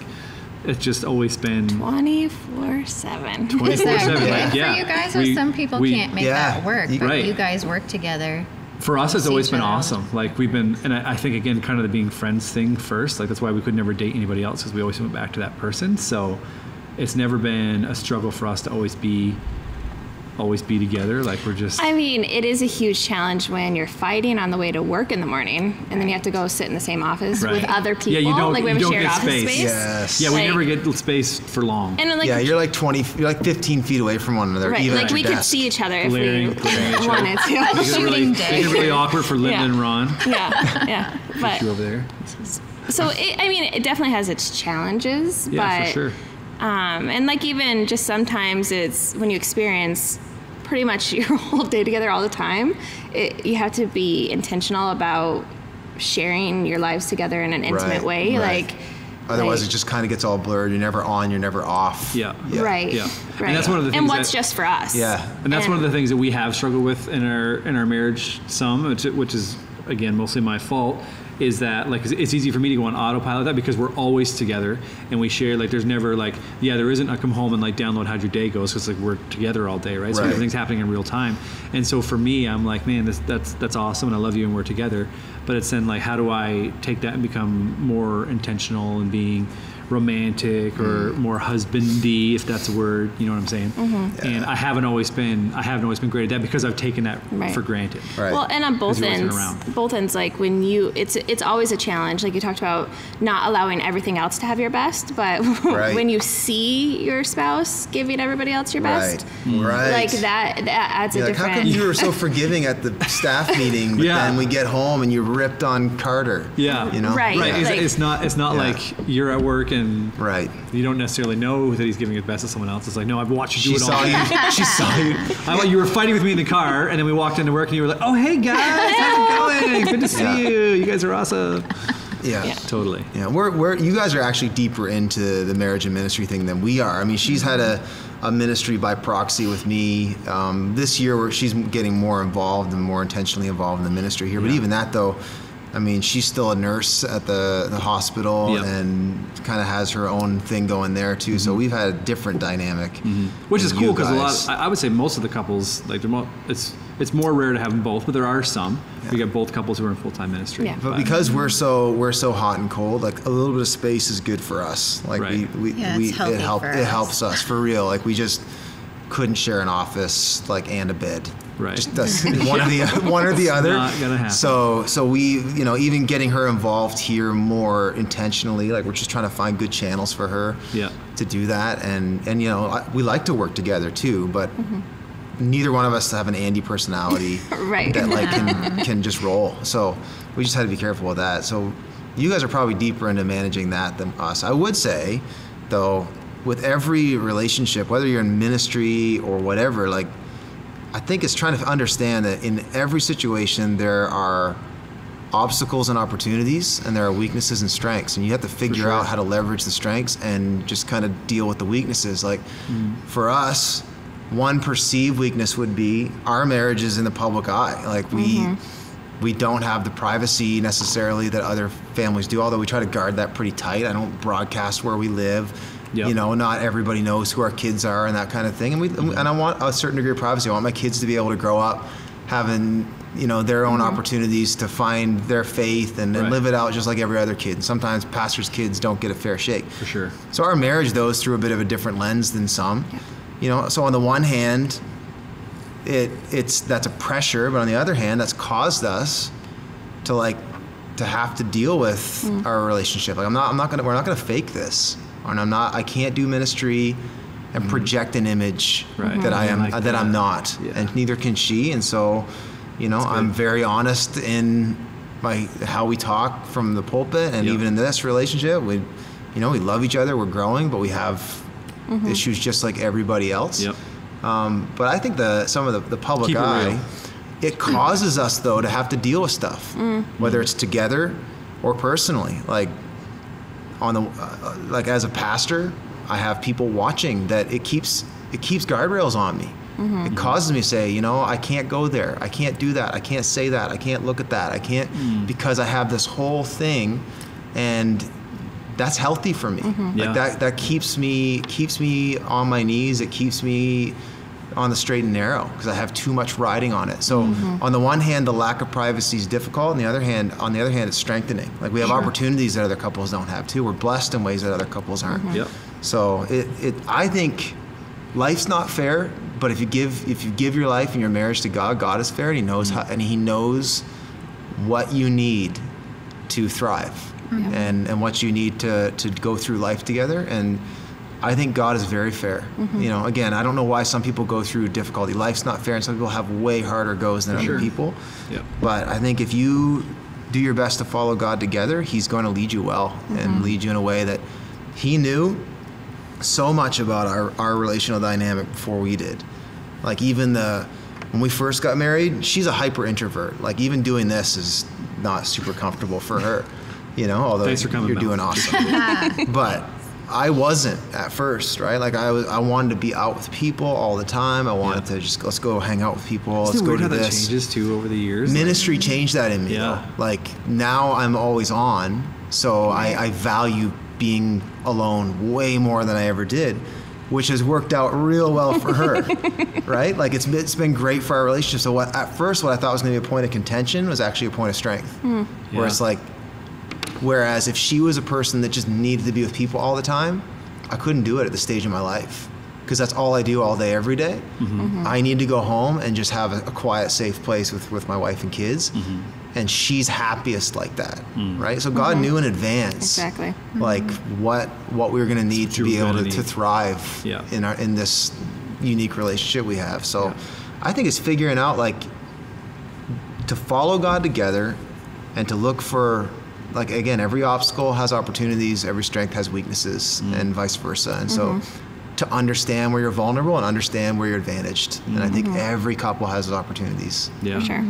it's just always been.
24 7.
Is there a
24/7,
way
like, yeah.
for you guys, or
We-
some people
we-
can't make
Yeah.
that work?
You-
But
Right.
you guys work together.
for us it's
See
always
each
been
other all the
awesome like we've been and I, I think again kind of the being friends thing first like that's why we could never date anybody else because we always went back to that person so it's never been a struggle for us to always be always be together like we're just
I mean, it is a huge challenge when you're fighting on the way to work in the morning and then you have to go sit in the same office
Right.
with other people.
Yeah, you don't-
like we
you
have a
don't
shared
get
office
space.
space.
Yes.
yeah we
like-
never get space for long
And then, like,
yeah, you're like 20, you're like 15 feet away from one another.
right,
even at
like
your
we could
desk.
see each other if
Glaring, glaring at each
we wanted to.
it's really,
shooting
make it really awkward for Linda
Yeah.
and Ron
yeah, yeah. But
you over there
so it, I mean, it definitely has its challenges.
yeah
but
for sure
Um, and like even just sometimes it's when you experience pretty much your whole day together all the time, it, you have to be intentional about sharing your lives together in an intimate
Right,
way.
right.
Like,
Otherwise,
like-
it just kind of gets all blurred. You're never on, you're never off.
Yeah.
right,
yeah.
right.
And that's one of the things
And what's
that-
just for us?
Yeah.
and that's one of
And-
the things that we have struggled with in our in our marriage some which, which is again mostly my fault is that like it's- it's easy for me to go on autopilot that because we're always together and we share like there's never like yeah there isn't a come home and like download how your day goes because like we're together all day right, so
Right.
everything's happening in real time and so for me i'm like man this, that's that's awesome and i love you and we're together but it's then like how do i take that and become more intentional and being romantic or more husbandy if that's a word you know what i'm saying and I haven't always been I haven't always been great at that because I've taken that
Right.
for granted.
Right.
Well, and on both
you're always
ends,
around.
both ends, like when you, it's it's always a challenge. Like you talked about not allowing everything else to have your best, but
Right.
when you see your spouse giving everybody else your
Right.
best,
Right.
like that, that adds
You're
a
like, how
different.
come you were so forgiving at the staff meeting, but
Yeah.
then we get home and you ripped on Carter?
Yeah.
You know?
Right.
Right. It's,
Like-
it's not it's not
Yeah.
like you're at work and
Right.
you don't necessarily know that he's giving his best to someone else. It's like, no, I've watched you do
She
it all.
saw you. She saw you.
I, well, you were fighting with me in the car, and then we walked into work, and you were like, "Oh, hey guys, how's it going? Good to see
Yeah.
you. You guys are awesome."
Yeah. Yeah.
Totally.
We're, we're, you guys are actually deeper into the marriage and ministry thing than we are. I mean, she's had a, a ministry by proxy with me. Um, this year, where she's getting more involved and more intentionally involved in the ministry here. But even that, though, I mean, she's still a nurse at the, the hospital
Yeah.
and kind of has her own thing going there, too. So we've had a different dynamic.
Mm-hmm. Which is
than
cool
you
because a lot.
guys.
I, I would say most of the couples, like, they're mo- it's it's more rare to have them both, but there are some. We get both couples who are in full time ministry.
Yeah.
But because we're so we're so hot and cold, like a little bit of space is good for us. Like
Right.
we, we,
Yeah, it's
we
healthy
it help
for
it
us.
helps us for real. Like we just couldn't share an office like and a bed.
Right.
Just does one or the one or the other.
not gonna happen.
So so we you know even getting her involved here more intentionally, like we're just trying to find good channels for her.
Yeah.
To do that and and you know I, we like to work together too, but.
Mm-hmm.
Neither one of us have an Andy personality
Right.
that like can, can just roll. So we just had to be careful with that. So you guys are probably deeper into managing that than us. I would say, though, with every relationship, whether you're in ministry or whatever, like I think it's trying to understand that in every situation there are obstacles and opportunities and there are weaknesses and strengths and you have to figure out how to leverage the strengths and just kind of deal with the weaknesses like for us one perceived weakness would be our marriage is in the public eye like we we don't have the privacy necessarily that other families do although we try to guard that pretty tight i don't broadcast where we live
Yep.
you know know, not everybody knows who our kids are and that kind of thing. And we and I want a certain degree of privacy. I want my kids to be able to grow up having you know their own opportunities to find their faith and, and
Mm-hmm. Right.
live it out just like every other kid. And sometimes pastors' kids don't get a fair shake.
For sure.
So our marriage though is through a bit of a different lens than some. You know, so on the one hand, it it's that's a pressure, but on the other hand, that's caused us to like to have to deal with our relationship. Like I'm not I'm not gonna we're not gonna fake this. And I'm not I can't do ministry and project an image
Mm. Right.
that I am
Like
that,
that.
I'm not.
Yeah.
And neither can she. And so, you know, I'm very honest in my how we talk from the pulpit and
Yeah.
even in this relationship, we you know, we love each other, we're growing, but we have issues just like everybody else.
Yep.
Um, but I think the some of the, the public
Keep it
eye,
real.
it causes us though to have to deal with stuff,
Mm.
whether it's together or personally. Like on the uh, like as a pastor, I have people watching that it keeps it keeps guardrails on me.
Mm-hmm.
It causes me to say, you know, I can't go there. I can't do that. I can't say that. I can't look at that. I can't
Mm.
because I have this whole thing, and that's healthy for me. Like
Mm-hmm. Yeah.
that that keeps me keeps me on my knees. It keeps me on the straight and narrow because I have too much riding on it. So on the one hand, the lack of privacy is difficult. On the other hand, on the other hand, it's strengthening. Like we have opportunities that other couples don't have too. We're blessed in ways that other couples aren't.
Yep.
So it, it I think life's not fair, but if you give if you give your life and your marriage to God, God is fair and he knows how and he knows what you need to thrive and, and what you need to, to go through life together. And I think God is very fair. You know, again, I don't know why some people go through difficulty. Life's not fair and some people have way harder goes than
Sure.
other people.
Yep.
But I think if you do your best to follow God together, He's going to lead you well and lead you in a way that He knew so much about our, our relational dynamic before we did. Like, even the when we first got married, she's a hyper introvert. Like, even doing this is not super comfortable for her, you know, although
Thanks for coming,
you're
Mel.
doing awesome. but I wasn't at first, right? Like, I, was, I wanted to be out with people all the time. I wanted
Yeah.
to just let's go hang out with people.
Isn't
let's
it
go
weird
to
how that
this
changes too over the years?
ministry changed that in me.
Yeah.
though. Like now I'm always on, so I, I value being alone way more than I ever did, which has worked out real well for her, right? Like it's it's been great for our relationship. So what at first what I thought was going to be a point of contention was actually a point of strength, where
Hmm. Yeah.
it's like, whereas if she was a person that just needed to be with people all the time, I couldn't do it at this stage in my life. Because that's all I do all day, every day. I need to go home and just have a, a quiet, safe place with, with my wife and kids. And she's happiest like that, right? So God knew in advance,
Exactly.
like what what we were going to need to
you
be
were
able to,
gonna
to
need.
thrive
Yeah.
in our in this unique relationship we have. So, I think it's figuring out like to follow God together and to look for like again every obstacle has opportunities every strength has weaknesses
Mm-hmm.
and vice versa and so to understand where you're vulnerable and understand where you're advantaged and I think
Mm-hmm.
every couple has those opportunities
Yeah.
For sure.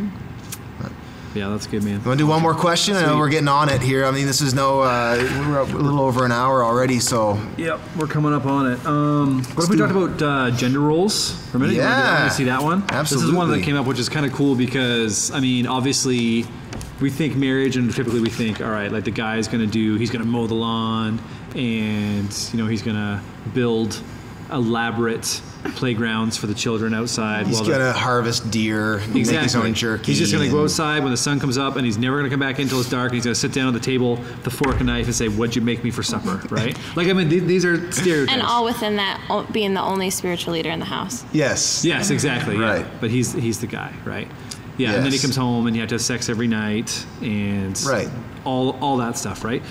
Yeah, that's good, man.
you want to do one more question I know
Sweet.
we're getting on it here I mean this is no uh, we're up a little over an hour already so
Yep, we're coming up on it. Um, what if we
do
talked about uh, gender roles for a minute? You wanna do that?
Yeah.
You see that one? This is one
Absolutely.
that came up, which is kind of cool because, I mean, obviously, we think marriage, and typically we think, all right, like the guy's going to do, he's going to mow the lawn, and, you know, he's going to build elaborate playgrounds for the children outside.
he's
while the-
gonna harvest deer make his own jerky
He's just going to go
and-
outside when the sun comes up, and he's never going to come back in until it's dark. And he's going to sit down at the table, with the fork and knife, and say, "What'd you make me for supper?" Right? Like, I mean, th- these are stereotypes.
And all within that o- being the only spiritual leader in the house.
yes
Yes, exactly. yeah.
Right.
But he's he's the guy, right? Yeah. And then he
Yes.
comes home, and you have to have sex every night, and
Right.
all all that stuff, right?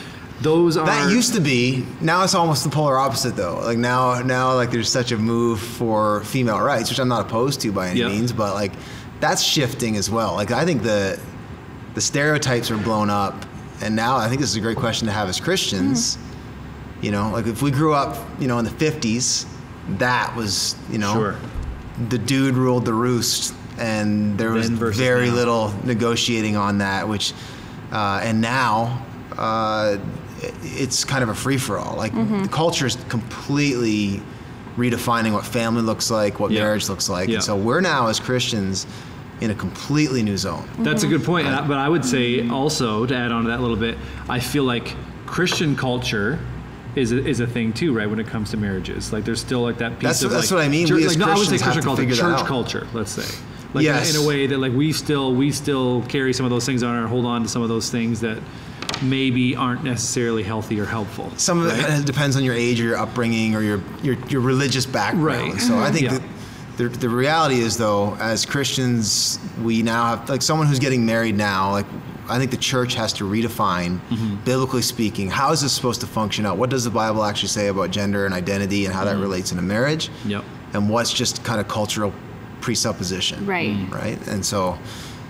Those are
That used to be. Now it's almost the polar opposite, though. Like now, now like there's such a move for female rights, which I'm not opposed to by any
Yeah.
means, but like that's shifting as well. Like I think the the stereotypes are blown up, and now I think this is a great question to have as Christians.
Hmm.
You know, like if we grew up, you know, in the '50s, that was, you know,
Sure.
the dude ruled the roost, and there was
Then versus
very
now.
little little negotiating on that, which, uh, and now uh, it- it's kind of a free for all. Like
Mm-hmm.
the culture is completely redefining what family looks like, what
Yeah.
marriage looks like.
Yeah.
And so we're now as Christians in a completely new zone.
That's a good point. and I- But I would say also to add on to that a little bit, I feel like Christian culture is a, is a thing too, right? When it comes to marriages, like there's still like that piece
That's-
of
that's
like,
what I mean.
chur-
We as
like, no, I would say
Christians have
Christian
to
culture,
figure that
church
out.
culture. Let's say, like in a-
Yes.
in, a way that like we still we still carry some of those things on or hold on to some of those things that maybe aren't necessarily healthy or helpful.
Some of uh, it depends on your age or your upbringing or your your, your religious background.
Right. Mm-hmm.
So I think
Yeah.
that The, the reality is, though, as Christians, we now have, like, someone who's getting married now, like, I think the church has to redefine,
Mm-hmm.
biblically speaking, how is this supposed to function out? What does the Bible actually say about gender and identity and how that relates in a marriage?
Mm-hmm. Yep.
And what's just kind of cultural presupposition?
Right. Mm.
Right. And so,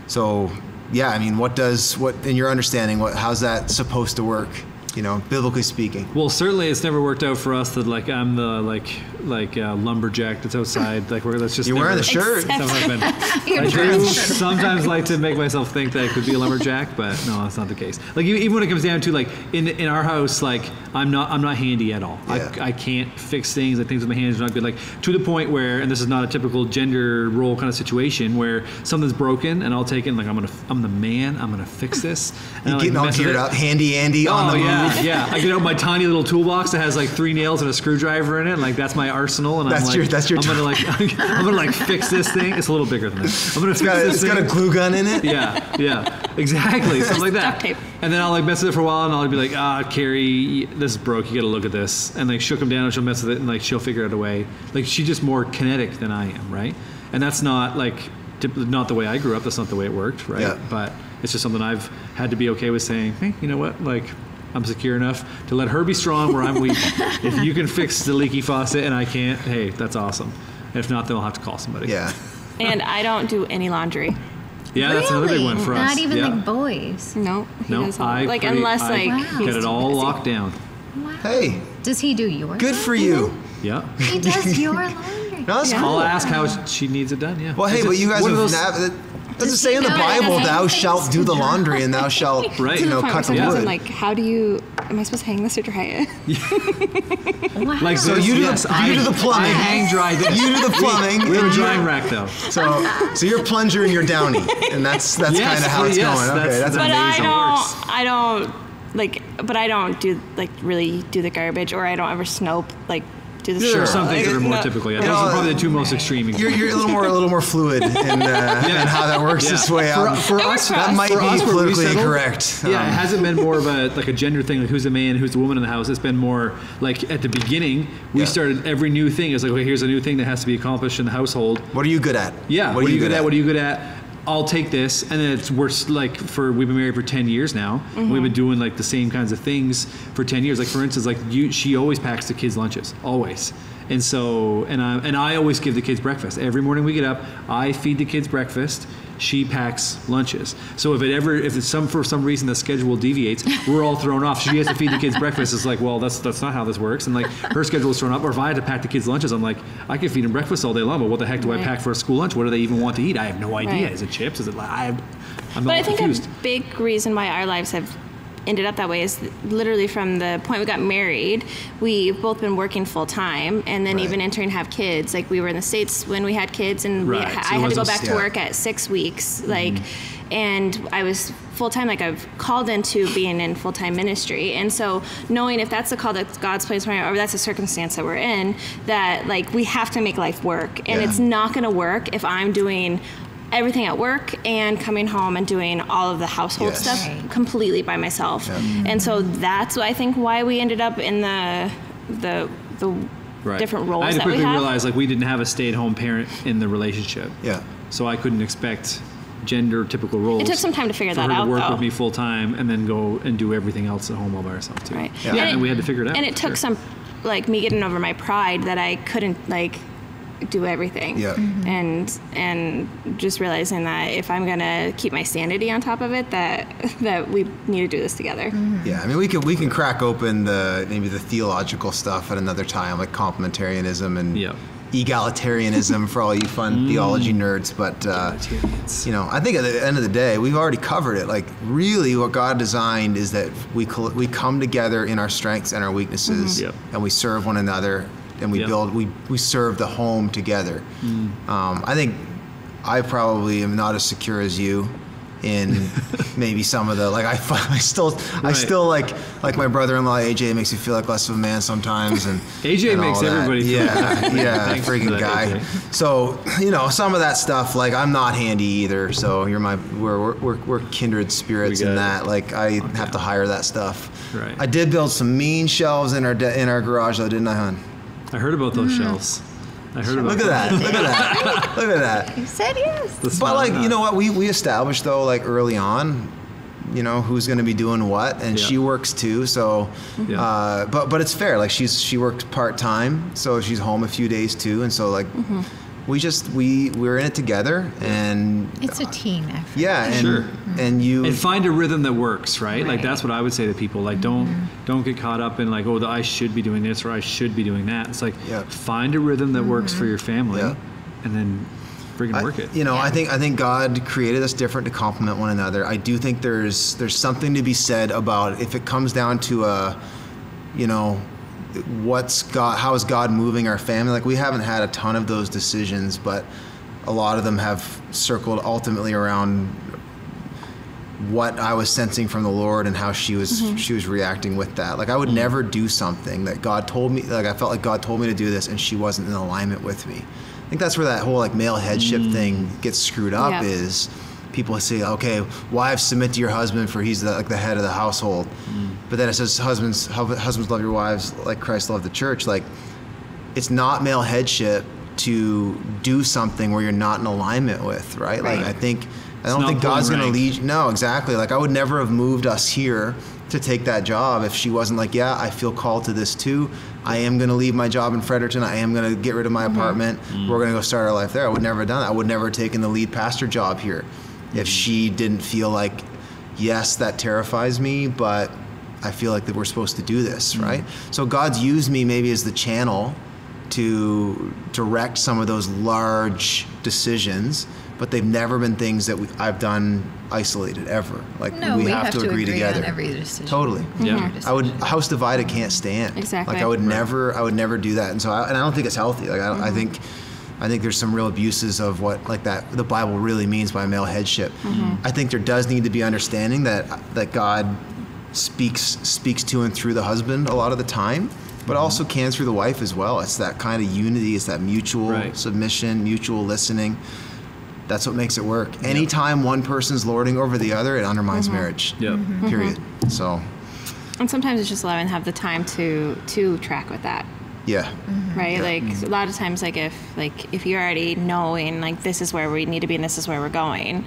so yeah, I mean, what does, what, in your understanding, what, how's that supposed to work, you know, biblically speaking?
Well, certainly it's never worked out for us that like I'm the like like uh, lumberjack that's outside. Like we're that's just
You're wearing
never-
the shirt.
Something like that.
You're
I do
dressed.
sometimes like to make myself think that I could be a lumberjack, but no, that's not the case. Like e- even when it comes down to like in in our house, like I'm not I'm not handy at all.
Yeah.
I, I can't fix things. Like things with my hands are not good. Like to the point where, and this is not a typical gender role kind of situation where something's broken and I'll take it. And, like I'm gonna f- I'm the man. I'm gonna fix this. And I,
You're
like,
getting all
mess with
geared
it.
up, handy Andy on
Oh
the move.
yeah, yeah. I get out my tiny little toolbox that has like three nails and a screwdriver in it. Like that's my arsenal, and
That's
I'm like,
your- that's your
I'm gonna like, I'm gonna like fix this thing. It's a little bigger than that. I'm gonna
It's
fix
got, a,
this
it's
thing.
got a glue gun in it.
yeah, yeah, exactly, something like that.
duct tape.
And then I'll like mess with it for a while, and I'll be like, ah, Carrie, this is broke. You got to look at this. And like she'll come down and she'll mess with it, and like she'll figure out a way. Like she's just more kinetic than I am, right? And that's not like typ- not the way I grew up. That's not the way it worked, right?
Yeah.
But it's just something I've had to be okay with saying, hey, you know what, like. I'm secure enough to let her be strong where I'm weak. if you can fix the leaky faucet and I can't, hey, that's awesome. And if not, then I'll have to call somebody.
Yeah.
And I don't do any laundry.
yeah, that's another big
Really?
one for us.
Not even
yeah.
like boys.
No, he
No,
doesn't.
I
like
pretty-
unless
I
like
Wow.
get it all locked down.
Wow.
Hey,
Does he do yours?
good for you.
Yeah,
He does your laundry.
No, that's
Yeah.
cool.
I'll ask how she needs it done. Yeah.
Well, hey,
It's
but
just
you guys
one
have
of those-
nav- that, doesn't say in the
No, it doesn't.
Bible, "Thou
Things
shalt do
to
the
dry."
laundry and thou shalt,
Right.
you
To the
know,
point
cut
where
the wood."
sometimes
Yeah.
I'm like, how do you? Am I supposed to hang this or dry it?
Wow.
like
So you do the- you do the plumbing.
I hang dry this.
you do the plumbing.
We have a
and you-
drying rack though.
So, so you're plunger and you're downy, and that's that's
Yes,
kind of how it's
yes,
going. Okay,
that's-
that's,
But
but
amazing.
I
amazing. Works.
don't. I don't like. But I don't do like really do the garbage, or I don't ever snope like do the.
There
Sure.
are some things that are more
No.
typical. Yeah,
You
those are
know,
probably the two most extreme.
You're, you're a little more a little more fluid in, uh, in how that works
Yeah.
its way
for,
out.
for us,
that might
for
be
us, where we
politically
settled,
incorrect.
Yeah,
Um,
it hasn't been more of a like a gender thing, like who's the man, who's the woman in the house. It's been more like at the beginning, we
Yeah.
started every new thing is like, okay, here's a new thing that has to be accomplished in the household.
What are you good at?
Yeah. What, are you good at? What are you good at? I'll take this, and then it's we're s- like for we've been married for ten years now. and We've been doing like the same kinds of things for ten years. Like for instance, like you, she always packs the kids lunches, always. And so, and I and I always give the kids breakfast every morning. We get up, I feed the kids breakfast. She packs lunches. So if it ever, if it's some for some reason the schedule deviates, we're all thrown off. She has to feed the kids breakfast. It's like, well, that's that's not how this works. And like her schedule is thrown up. Or if I had to pack the kids lunches, I'm like, I could feed them breakfast all day long, but what the heck do I
Right.
pack for a school lunch? What do they even want to eat? I have no idea.
Right.
Is it chips? Is it like I? I'm
But
all
I think
confused.
a big reason why our lives have ended up that way is literally from the point we got married, we've both been working full time and then
Right.
even entering to have kids. Like we were in the States when we had kids and we,
Right, so
I
it
had to go
wasn't-
back
yeah.
to work at six weeks.
Mm-hmm.
Like, and I was full time, like I've called into being in full time ministry. And so knowing if that's the call that God's placed on our- or that's the circumstance that we're in, that like we have to make life work and
Yeah.
it's not going to work if I'm doing everything at work and coming home and doing all of the household
Yes.
stuff
Right.
completely by myself.
Yeah.
And so that's what I think why we ended up in the the the different roles
I had to
that we
quickly
have.
realize like we didn't have a stay-at-home parent in the relationship.
Yeah.
So I couldn't expect gender typical roles.
It took some time to figure
for
that
her
out,
to work
though.
with me full time and then go and do everything else at home all by herself too.
Right.
Yeah. And, we had to figure it out.
And it
for
took
sure.
some like me getting over my pride that I couldn't like do everything.
Yeah.
And and just realizing that if I'm gonna keep my sanity on top of it, that that we need to do this together.
Yeah, I mean, we can we can crack open the maybe the theological stuff at another time, like complementarianism and
Yep.
egalitarianism for all you
Mm.
fun theology nerds. But uh,
Egalitarians.
you know, I think at the end of the day, we've already covered it. Like, really, what God designed is that we col- we come together in our strengths and our weaknesses,
Yep.
and we serve one another, and we
Yep.
build we we serve the home together.
Mm.
Um, I think I probably am not as secure as you. In maybe some of the like, I, fi- I still I
Right.
still like like my brother-in-law AJ makes me feel like less of a man sometimes, and
AJ
and
makes
all that.
everybody feel like less
yeah
of a man.
yeah
Thanks for
freaking
that,
guy.
AJ.
So you know some of that stuff. Like I'm not handy either, so you're my we're we're, we're, we're kindred spirits
We got
in
it.
that. Like I have to hire that stuff.
Right.
I did build some mean shelves in our de- in our garage though, didn't I, hon?
Mm.
I heard about those shelves. I heard about
Look at that. Look at that. Look at that.
You said yes.
The smile
But like
on that.
you know what we we established though like early on, you know who's going to be doing what, and
Yeah.
she works too. So,
Yeah.
uh, but but it's fair. Like she's she works part time, so she's home a few days too, and so like we just we we're in it together, and
It's a team effort.
yeah, and
Sure.
and you
and find a rhythm that works right? like
Right.
that's what i would say to people like don't
Mm-hmm.
don't get caught up in like oh the, i should be doing this or i should be doing that it's like
Yeah. Mm-hmm.
find a rhythm that works for your family
Yeah.
and then friggin'
I-
work it
You know, I
Yeah.
think I think God created us different to complement one another. I do think there's there's something to be said about if it comes down to a, you know, what's God? How is God moving our family? Like we haven't had a ton of those decisions, but a lot of them have circled ultimately around what I was sensing from the Lord and how she was she was reacting with that. Like I would never do something that God told me like I felt like God told me to do this and she wasn't in alignment with me. I think that's where that whole like male headship thing gets screwed up
Yeah.
is people say, Okay, wives submit to your husband for he's the, like the head of the household. But then it says husbands hu- husbands love your wives like Christ loved the church. Like it's not male headship to do something where you're not in alignment with, right? Like
Right.
I think I
It's
don't
not
think
pulling
God's going to
rank.
lead. No, exactly. Like I would never have moved us here to take that job if she wasn't like, yeah, I feel called to this too. I am going to leave my job in Fredericton. I am going to get rid of my
Mm-hmm.
apartment. We're going to go start our life there. I would never have done that. I would never have taken the lead pastor job here
Mm-hmm.
if she didn't feel like, yes, that terrifies me, but I feel like that we're supposed to do this, right? So God's used me maybe as the channel to direct some of those large decisions, but they've never been things that we, I've done isolated ever. Like
No,
we, have, to, agree, together.
on every decision.
Totally.
Yeah.
Every
I would
decision.
house divided can't stand.
Exactly.
Like I would never, I would never do that. And so, I, and I don't think it's healthy. Like I, I think, I think there's some real abuses of what like that the Bible really means by male headship. I think there does need to be understanding that that God speaks speaks to and through the husband a lot of the time, but also can through the wife as well. It's that kind of unity. It's that mutual
Right.
submission, mutual listening. That's what makes it work. Anytime one person's lording over the other, it undermines marriage.
Yep. Mhm.
Period. So,
And sometimes it's just allowing have the time to to track with that.
yeah.
right like a lot of times like if like if you're already knowing like this is where we need to be and this is where we're going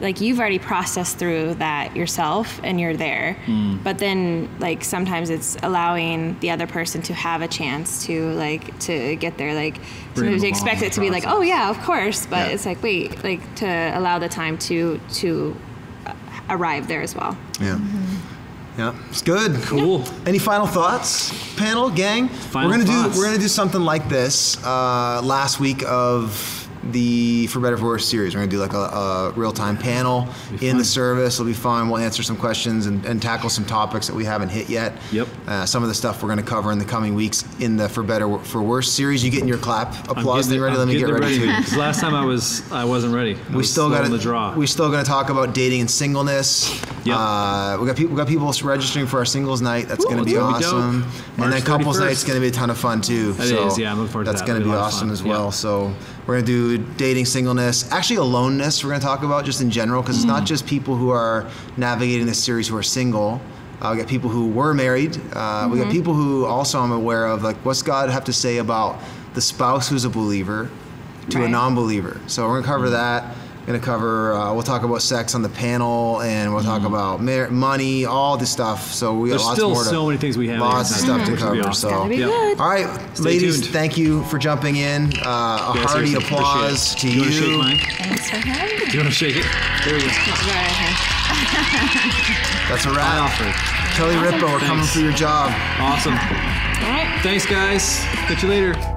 like you've already processed through that yourself and you're there but then like sometimes it's allowing the other person to have a chance to like to get there like
Bring them
sometimes you
along
expect
in
it
the
to be like
process.
oh yeah of course but
Yeah.
it's like wait like to allow the time to to uh, arrive there as well
Yeah. Yeah. It's good.
cool
Any final thoughts, panel, gang?
Final
we're gonna
thoughts.
do we're gonna do something like this uh, last week of the For Better For Worse series. We're gonna do like a, a real time panel
be
in the
fun.
service. It'll be fun. We'll answer some questions and, and tackle some topics that we haven't hit yet.
Yep.
Uh, some of the stuff we're gonna cover in the coming weeks in the For Better For Worse series. You getting your clap
I'm
applause
getting
thing
it-
ready?
I'm
Let me get
getting it
ready. too.
'Cause last time i was i wasn't ready I
We
was
still
slow
got
on
to
the draw
We still going to talk about dating and singleness.
Yep.
Uh, we got people. We got people registering for our singles night. That's going to
that's
be
gonna be dope.
awesome. and then
March
couples
31st.
night's going to be a ton of fun too.
That is, yeah, I'm looking forward to
That's
that.
going
It'll
to
be
be
a lot of
awesome
fun,
as well.
yeah.
So we're going to do dating singleness. Actually, aloneness we're going to talk about just in general because it's
Mm.
not just people who are navigating this series who are single. Uh, we got people who were married. Uh,
Mm-hmm.
We got people who also I'm aware of. Like, what's God have to say about the spouse who's a believer to a
Right.
non?
Mm.
non-believer. So we're gonna cover that. Gonna cover. Uh, we'll talk about sex on the panel, and we'll talk
Mm-hmm.
about mar- money, all this stuff. So we got
there's
lots
still
more. To,
so many things we have
Lots of stuff to
Which would be
cover.
awesome.
So.
That'd be
Yep.
good.
All right,
Stay
ladies,
tuned.
thank you for jumping in. Uh, a
Yeah,
hearty
seriously, appreciate it.
applause to
you
you.
wanna shake mine?
Thanks for having me.
Do you want to shake it? There we go.
That's a
I
wrap.
offer.
Kelly Ripa, we're coming
Thanks.
for your job.
Awesome.
all right
Thanks, guys. Catch you later.